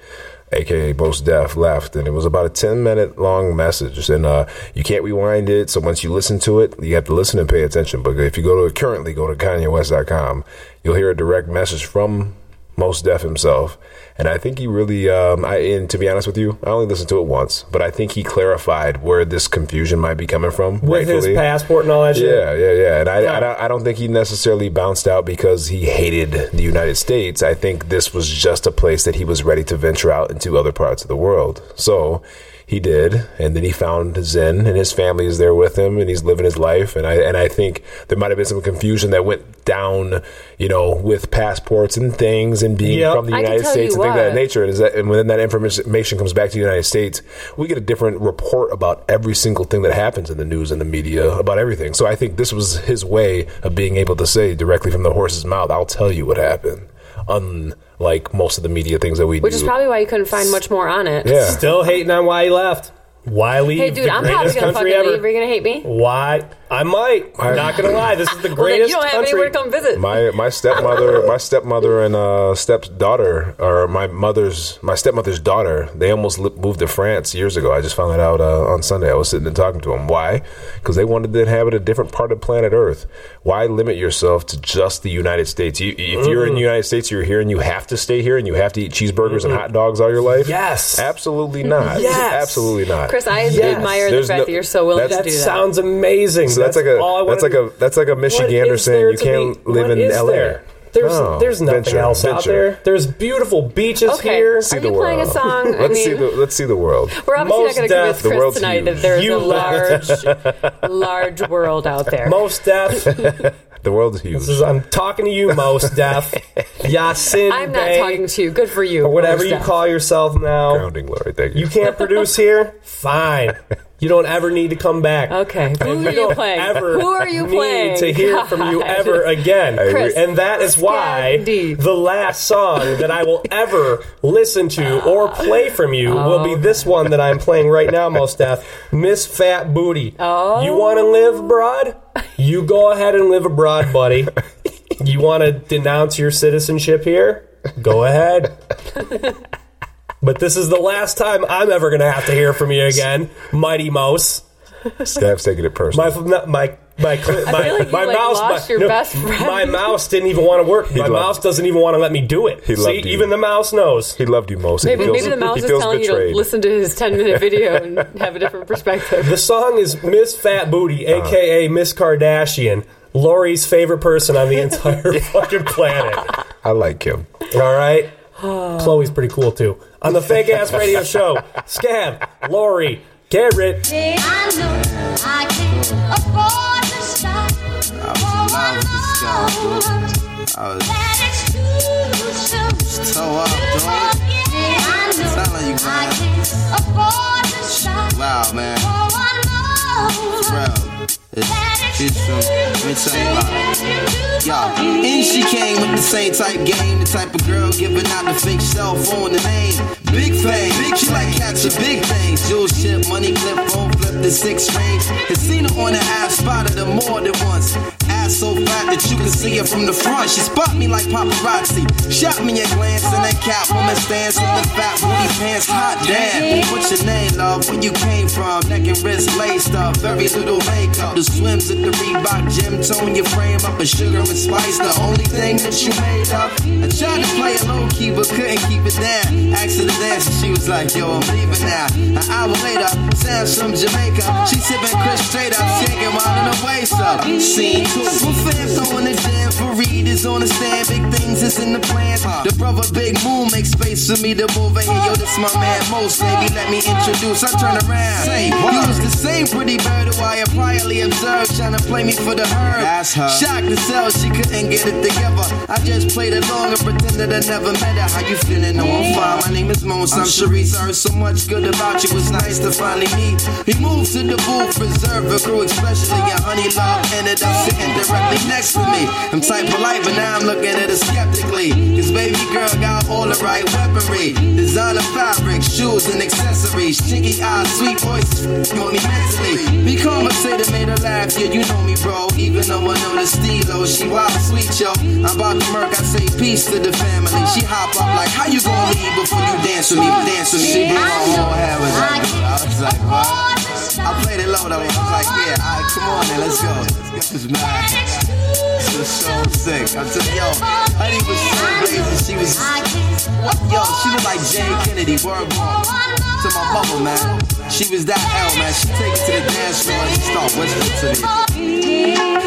Speaker 3: aka Most Def, left, and it was about a ten-minute long message. And uh, you can't rewind it, so once you listen to it, you have to listen and pay attention. But if you go to currently go to KanyeWest.com, you'll hear a direct message from most Def himself. And I think he really, um, I, and to be honest with you, I only listened to it once, but I think he clarified where this confusion might be coming from.
Speaker 1: With his
Speaker 3: rightfully.
Speaker 1: passport and all that shit.
Speaker 3: Yeah, yeah, yeah. And I, I, don't- I don't think he necessarily bounced out because he hated the United States. I think this was just a place that he was ready to venture out into other parts of the world. So he did, and then he found Zen, and his family is there with him, and he's living his life. And I and I think there might have been some confusion that went down, you know, with passports and things, and being
Speaker 1: Yep.
Speaker 3: from the
Speaker 1: I can
Speaker 3: United
Speaker 1: tell
Speaker 3: States
Speaker 1: you
Speaker 3: and things of that
Speaker 1: what.
Speaker 3: nature. And, is that, and when that information comes back to the United States, we get a different report about every single thing that happens in the news and the media about everything. So I think this was his way of being able to say directly from the horse's mouth, "I'll tell you what happened," unlike most of the media things that we
Speaker 4: which
Speaker 3: do.
Speaker 4: is probably why you couldn't find much more on it.
Speaker 3: Yeah.
Speaker 1: Still hating on why he left. Why leave?
Speaker 4: Hey,
Speaker 1: the
Speaker 4: dude, I'm probably
Speaker 1: greatest
Speaker 4: gonna fucking
Speaker 1: country ever.
Speaker 4: leave. Are you gonna hate me?
Speaker 1: Why? I might. I'm not gonna lie. This is the
Speaker 4: Well, then you
Speaker 1: greatest
Speaker 4: don't have
Speaker 1: country.
Speaker 4: anywhere to come visit.
Speaker 3: my my stepmother my stepmother and uh, stepdaughter or my mother's my stepmother's daughter they almost li- moved to France years ago. I just found that out uh, on Sunday. I was sitting and talking to them. Why? Because they wanted to inhabit a different part of planet Earth. Why limit yourself to just the United States? You, if you're
Speaker 1: Mm.
Speaker 3: in the United States, you're here and you have to stay here and you have to eat cheeseburgers and hot dogs all your life.
Speaker 1: Yes,
Speaker 3: absolutely not.
Speaker 1: Yes.
Speaker 3: absolutely not.
Speaker 4: Chris, I admire the
Speaker 3: There's
Speaker 4: fact
Speaker 3: no-
Speaker 4: that you're so willing to do
Speaker 3: that's-
Speaker 4: that.
Speaker 1: that sounds amazing.
Speaker 3: So that's, like
Speaker 1: all I
Speaker 3: a
Speaker 1: wanna
Speaker 3: that's like
Speaker 1: do.
Speaker 3: a that's like a Michigander
Speaker 1: is there
Speaker 3: saying you
Speaker 1: to
Speaker 3: can't
Speaker 1: be-
Speaker 3: live
Speaker 1: what
Speaker 3: in
Speaker 1: is
Speaker 3: L.A.
Speaker 1: there? There's
Speaker 3: No,
Speaker 1: there's nothing
Speaker 3: venture,
Speaker 1: else out
Speaker 3: venture.
Speaker 1: there. There's beautiful beaches
Speaker 4: Okay,
Speaker 1: here.
Speaker 4: are See you the playing a world. song? I
Speaker 3: Let's see
Speaker 4: mean-
Speaker 3: the let's see the world.
Speaker 4: We're obviously
Speaker 1: Most
Speaker 4: not going to agree
Speaker 1: deaf.
Speaker 4: with
Speaker 1: The
Speaker 4: Chris
Speaker 1: world's
Speaker 4: tonight
Speaker 1: huge.
Speaker 4: that there's
Speaker 1: You
Speaker 4: a large,
Speaker 1: left.
Speaker 4: large world out there.
Speaker 1: Most deaf.
Speaker 3: the world is huge.
Speaker 1: This is, I'm talking to you, most deaf. Yasin
Speaker 4: I'm not
Speaker 1: Bey,
Speaker 4: talking to you. Good for you.
Speaker 1: or whatever
Speaker 4: most
Speaker 1: you
Speaker 4: deaf.
Speaker 1: call yourself now.
Speaker 3: Grounding, Lori. Thank you.
Speaker 1: You can't produce here? Fine. You don't ever need to come back.
Speaker 4: Okay. Who are you playing?
Speaker 1: Ever
Speaker 4: Who are you
Speaker 1: need
Speaker 4: playing?
Speaker 1: to hear from you
Speaker 4: God.
Speaker 1: ever again.
Speaker 3: I agree.
Speaker 1: And that is why the last song that I will ever listen to or play from you will
Speaker 4: Oh.
Speaker 1: be this one that I'm playing right now, most deaf. Miss Fat Booty.
Speaker 4: Oh.
Speaker 1: You want to live abroad? You go ahead and live abroad, buddy. You want to denounce your citizenship here? Go ahead. But this is the last time I'm ever going to have to hear from you again, Mighty Mouse.
Speaker 3: Staff's taking it personal.
Speaker 1: My my my my cli-
Speaker 4: I
Speaker 1: my,
Speaker 4: feel like you,
Speaker 1: my
Speaker 4: like,
Speaker 1: mouse
Speaker 4: lost
Speaker 1: my,
Speaker 4: your best friend.
Speaker 1: my mouse didn't even want to work. my
Speaker 3: loved-
Speaker 1: mouse doesn't even want to let me do it.
Speaker 3: He
Speaker 1: See,
Speaker 3: loved you.
Speaker 1: even the mouse knows.
Speaker 3: he loved you most.
Speaker 4: Maybe,
Speaker 3: he feels,
Speaker 4: maybe the mouse
Speaker 3: he
Speaker 4: is
Speaker 3: feels
Speaker 4: telling
Speaker 3: betrayed.
Speaker 4: you to listen to his 10 minute video and have a different perspective.
Speaker 1: The song is Miss Fat Booty,
Speaker 3: Uh-huh.
Speaker 1: aka Miss Kardashian, Lori's favorite person on the entire fucking planet.
Speaker 3: I like him.
Speaker 1: All right. Chloe's pretty cool too. On the fake ass radio show, Scab, Lori, Garrett.
Speaker 17: I know I can't afford to stop for a love
Speaker 8: I was
Speaker 17: that is too soon
Speaker 8: so up,
Speaker 17: to
Speaker 8: dog.
Speaker 17: forget. I know
Speaker 8: Sound like you
Speaker 17: I
Speaker 8: crying.
Speaker 17: can't afford to stop
Speaker 8: Wow, man.
Speaker 17: for a
Speaker 8: Bro,
Speaker 17: love
Speaker 8: it's, it's um, let me tell you about it. Yo, and she came with the same type game, the type of girl giving out the fake cell phone the name. Big fame, big she like cats with big things. Jewel shit, money clip, phone flip the six range. Casino on the app, spotted her more than once. Ass
Speaker 9: line so fat that you can see her from the front. She spot me like paparazzi. Shot me a glance and that cat woman stands in the fat booty pants. Hot damn. What's your name, love? Where you came from? Neck and wrist laced up. Very little makeup. The swims at the Reebok gym. Tone your frame up with sugar and spice. The only thing that you made up. I tried to play a low key but couldn't keep it down. Asked her to dance and she was like, yo, I'm leaving now. An hour later, Sam's from Jamaica. She sipping Chris straight up, shaking while in the waist up. Scene two. Some fans throwing the jam for readers on the stand. Big things is in the plans. The brother Big Moon makes space for me to move in here. Yo, this my man Most. Baby, let me introduce. I turn around. Say, you was the same pretty bird who I had priorly observed, trying to play me for the herb.
Speaker 18: That's her.
Speaker 9: Shocked to sell, she couldn't get it together. I just played along and pretended I never met her. How you feeling? No, I'm fine. My name is Mose. I'm Sharice. I heard so much good about you. It's nice to finally meet. We moved to the booth, preserve a crew, especially your honey love. Ended up sitting directly next to me. I'm type polite, but now I'm looking at her skeptically. Cause baby girl got all the right weaponry. Designer fabric, shoes and accessories. Chinky eyes, sweet voice, want me mentally. We conversated, made her laugh. Yeah, you know me, bro. Even though I know the steelo, she wild sweet, yo. I'm about to murk, I say peace to the family. She hop up like, how you gonna leave before you dance with me? Dance with me. She blew my whole hair was like, I was like, what? I played it low though. I was like, yeah, all right, come on then, let's go. This is mad. This is so sick. I said, yo, honey was so amazing. She was, yo, she looked like Jane Kennedy, word one. To my mama, man. She was that L, man. She take it to the dance floor and she start whispering to me.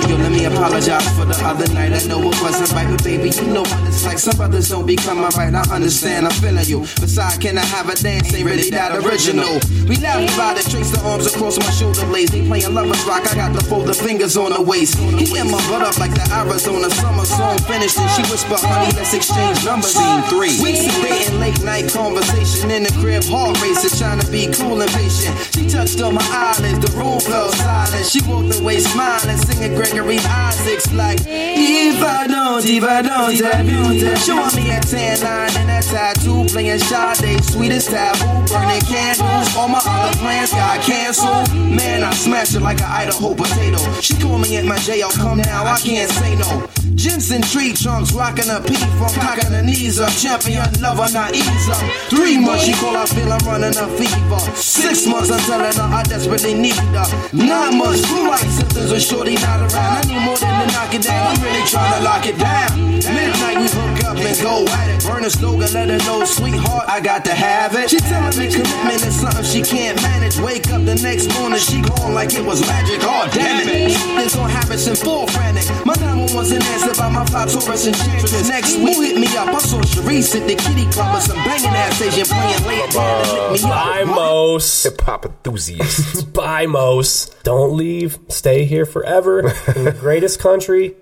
Speaker 9: Yo, let me apologize for the other night. I know it wasn't right, but baby, you know what it's like. Some brothers don't become alright. I understand, I'm feeling you. Besides, can I have a dance? Ain't really that original. We laugh about it, trace the arms across my shoulder blades. They playing lovers rock. I got to fold the fingers on the waist. He and my butt up like the Arizona summer song finished, and she whispered, "Honey, let's exchange numbers." Scene three. Weeks of dating, late night conversation in the crib, heart racing, trying to be cool and patient. She touched on my eyelids, the room fell silent. She walked away smiling, singing Gregory Isaacs like, "If I don't, if I don't, if I don't." She want me a tan line and a tattoo, playing Sade, sweetest taboo, burning candles. All my other plans got canceled. Man, I smashed it like an Idaho potato. She called me at my jail, come now, I can't say no. Jensen tree trunks, rocking a pee from cocking her knees up. Champion lover, not ease up. Three months she call, I feel I'm running a fever. Six months I'm telling her I desperately need her. Nine months, blue light symptoms with shorty not around. I need more than to knock it down, I'm really trying to lock it down. Midnight we hook up and go at it. Burn a slogan, let her know, sweetheart, I got to have it. She telling me commitment is something she can't manage. Wake up the next morning, she gone like it was magic. Oh damn it, this on Harrison full frantic. My 911's an answer by my five Taurus enchantress. Next week, who hit me up? I saw Sharice at the kitty club with some banging ass Asian playing lay it down and lick me up.
Speaker 1: Bye, Mos. Hip hop enthusiasts. Bye, Mos. Don't leave. Stay here forever in the greatest country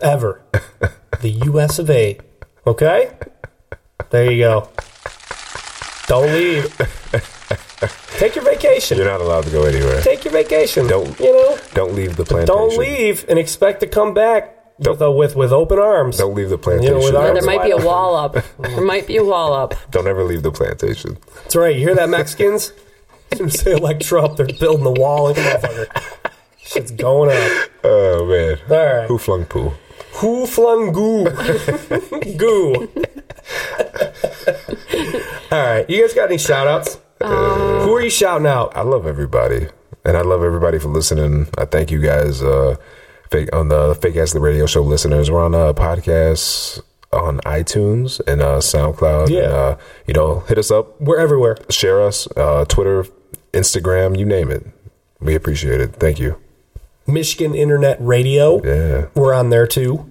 Speaker 1: ever the US of A. Okay? There you go. Don't leave. Take your vacation.
Speaker 3: You're not allowed to go anywhere.
Speaker 1: Take your vacation.
Speaker 3: Don't-
Speaker 1: you know?
Speaker 3: Don't leave the plantation.
Speaker 1: Don't leave and expect to come back with, a, with with open arms.
Speaker 3: Don't leave the plantation.
Speaker 1: with
Speaker 4: Yeah,
Speaker 1: our-
Speaker 4: there might be a wall up. There might be a wall up.
Speaker 3: Don't ever leave the plantation.
Speaker 1: That's right. You hear that, Mexicans? Say like Trump, they're building the wall like a motherfucker. Shit's going up.
Speaker 3: Oh man.
Speaker 1: All right.
Speaker 3: Who flung poo?
Speaker 1: Who flung goo? goo. All right. You guys got any shout outs? Who are you shouting out?
Speaker 3: I love everybody, and I love everybody for listening. I thank you guys uh, fake, on the Fake Ass the Radio Show listeners. We're on uh, podcasts on iTunes and uh, SoundCloud.
Speaker 1: Yeah.
Speaker 3: And, uh, you know, hit us up,
Speaker 1: We're everywhere.
Speaker 3: share us, uh, Twitter, Instagram, you name it. We appreciate it. Thank you.
Speaker 1: Michigan Internet Radio.
Speaker 3: Yeah.
Speaker 1: We're on there too.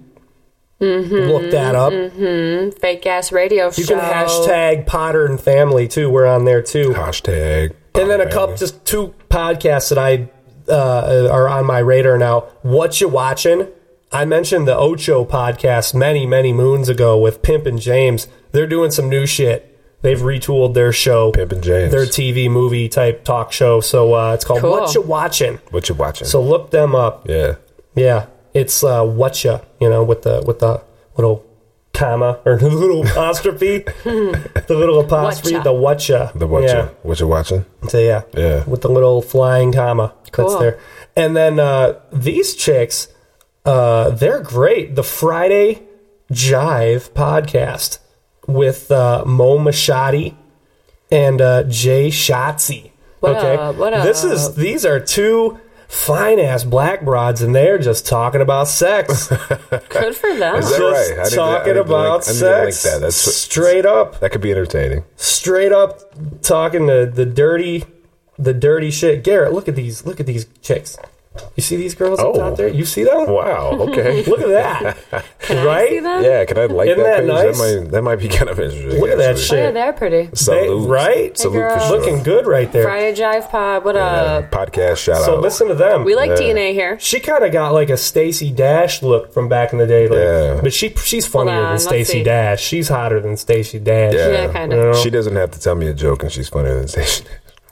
Speaker 1: Look that up.
Speaker 4: Mm-hmm. Fake ass radio
Speaker 1: You can
Speaker 4: show.
Speaker 1: hashtag Potter and Family too. We're on there too.
Speaker 3: Hashtag.
Speaker 1: and then a couple, just two podcasts that I uh, are on my radar now. What you watching? I mentioned the Ocho podcast many, many moons ago with Pimp and James. They're doing some new shit. They've retooled their show,
Speaker 3: Pimp and James.
Speaker 1: their TV movie type talk show. So uh, it's called
Speaker 4: Cool.
Speaker 1: What You Watching.
Speaker 3: What you watching?
Speaker 1: So look them up.
Speaker 3: yeah.
Speaker 1: Yeah, it's uh, whatcha, you know, with the with the little comma or the little apostrophe, the little apostrophe,
Speaker 4: Whatcha.
Speaker 1: the whatcha,
Speaker 3: The what
Speaker 1: yeah.
Speaker 3: you what you watching?
Speaker 1: So yeah,
Speaker 3: Yeah.
Speaker 1: with the little flying comma
Speaker 4: Cool.
Speaker 1: that's there. And then uh, these chicks, Uh, they're great. The Friday Jive podcast with uh, Mo Machadi and uh, Jay Shotzi.
Speaker 4: What up, what
Speaker 1: This is
Speaker 4: up?
Speaker 1: these are two fine ass black broads, and they're just talking about sex.
Speaker 4: Good for them.
Speaker 3: Is that
Speaker 1: Just
Speaker 3: right? I need to- I
Speaker 1: talking
Speaker 3: need to
Speaker 1: about
Speaker 3: link- I need to link
Speaker 1: sex.
Speaker 3: that. That's-
Speaker 1: straight up,
Speaker 3: That could be entertaining.
Speaker 1: straight up talking to the dirty, the dirty shit. Garrett, look at these, look at these chicks. You see these girls
Speaker 3: Oh.
Speaker 1: out there? You see them?
Speaker 3: Wow. Okay.
Speaker 1: look at that.
Speaker 4: Can
Speaker 1: right?
Speaker 4: I see them?
Speaker 3: Yeah, can I like
Speaker 1: Isn't
Speaker 3: that,
Speaker 1: that nice?
Speaker 3: page? That might that might be kind of interesting.
Speaker 1: Look at that
Speaker 3: actually.
Speaker 4: Oh, yeah, they're pretty.
Speaker 3: Salute,
Speaker 1: They- right?
Speaker 3: Salute for
Speaker 4: girl.
Speaker 3: sure.
Speaker 1: Looking good right there.
Speaker 4: Friday Jive Pod. What
Speaker 3: Yeah,
Speaker 4: up?
Speaker 3: podcast shout
Speaker 1: So
Speaker 3: out.
Speaker 1: listen to them.
Speaker 4: We like TNA here.
Speaker 1: She kind of got like a Stacy Dash look from back in the day, like,
Speaker 3: Yeah.
Speaker 1: but she she's
Speaker 4: Hold
Speaker 1: funnier
Speaker 4: on,
Speaker 1: than
Speaker 4: let's
Speaker 1: Stacy
Speaker 4: see.
Speaker 1: Dash. She's hotter than Stacy Dash.
Speaker 3: yeah,
Speaker 4: Yeah, kinda.
Speaker 3: She doesn't have to tell me a joke, and she's funnier than Station.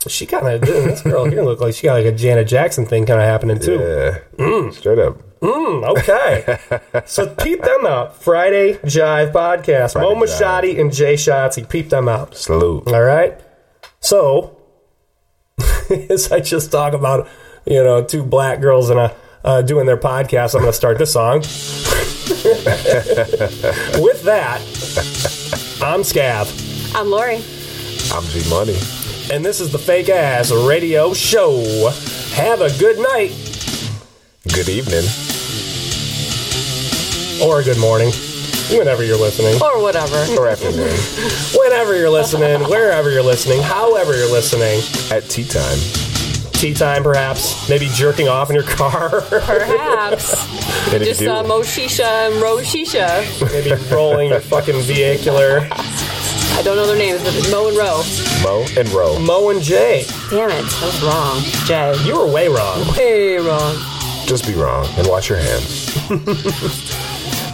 Speaker 1: She kind of this girl here look like she got like a Janet Jackson thing kind of happening too.
Speaker 3: Yeah, straight up.
Speaker 1: Mm, okay. so peep them out. Friday Jive Podcast.
Speaker 3: Friday
Speaker 1: Mo
Speaker 3: Jive.
Speaker 1: Machadi and Jay Shotzi. Peep them out.
Speaker 3: Salute.
Speaker 1: All right. So, as I just talk about, you know, two black girls and a uh, doing their podcast, I'm going to start this song. With that, I'm Scav,
Speaker 4: I'm Lori.
Speaker 3: I'm G Money.
Speaker 1: and this is the Fake Ass Radio Show. Have a good night
Speaker 3: Good evening.
Speaker 1: or a good morning, whenever you're listening.
Speaker 4: Or whatever.
Speaker 3: Or afternoon.
Speaker 1: whenever you're listening, wherever you're listening, however you're listening,
Speaker 3: At tea time.
Speaker 1: tea time perhaps, maybe jerking off in your car,
Speaker 4: Perhaps.
Speaker 3: And if
Speaker 4: Just
Speaker 3: you do,
Speaker 4: uh, Mo Shisha and Ro Shisha.
Speaker 1: maybe rolling your fucking vehicular.
Speaker 4: I don't know their names, but it's Mo and Ro.
Speaker 3: Mo and Row.
Speaker 1: Mo and Jay,
Speaker 4: Damn it. That was wrong. Jay.
Speaker 1: you were way wrong.
Speaker 4: Way wrong.
Speaker 3: Just be wrong and wash your hands.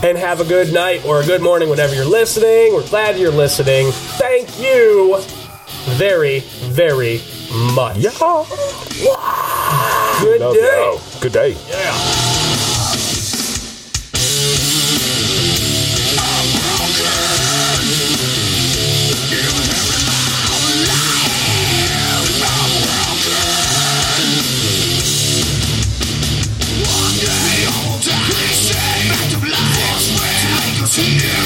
Speaker 1: And have a good night or a good morning whenever you're listening. We're glad you're listening. Thank you very, very much.
Speaker 3: Y'all.
Speaker 1: Oh, Good
Speaker 3: Love
Speaker 1: day.
Speaker 3: y'all. Good day.
Speaker 6: Back to black. To make us new.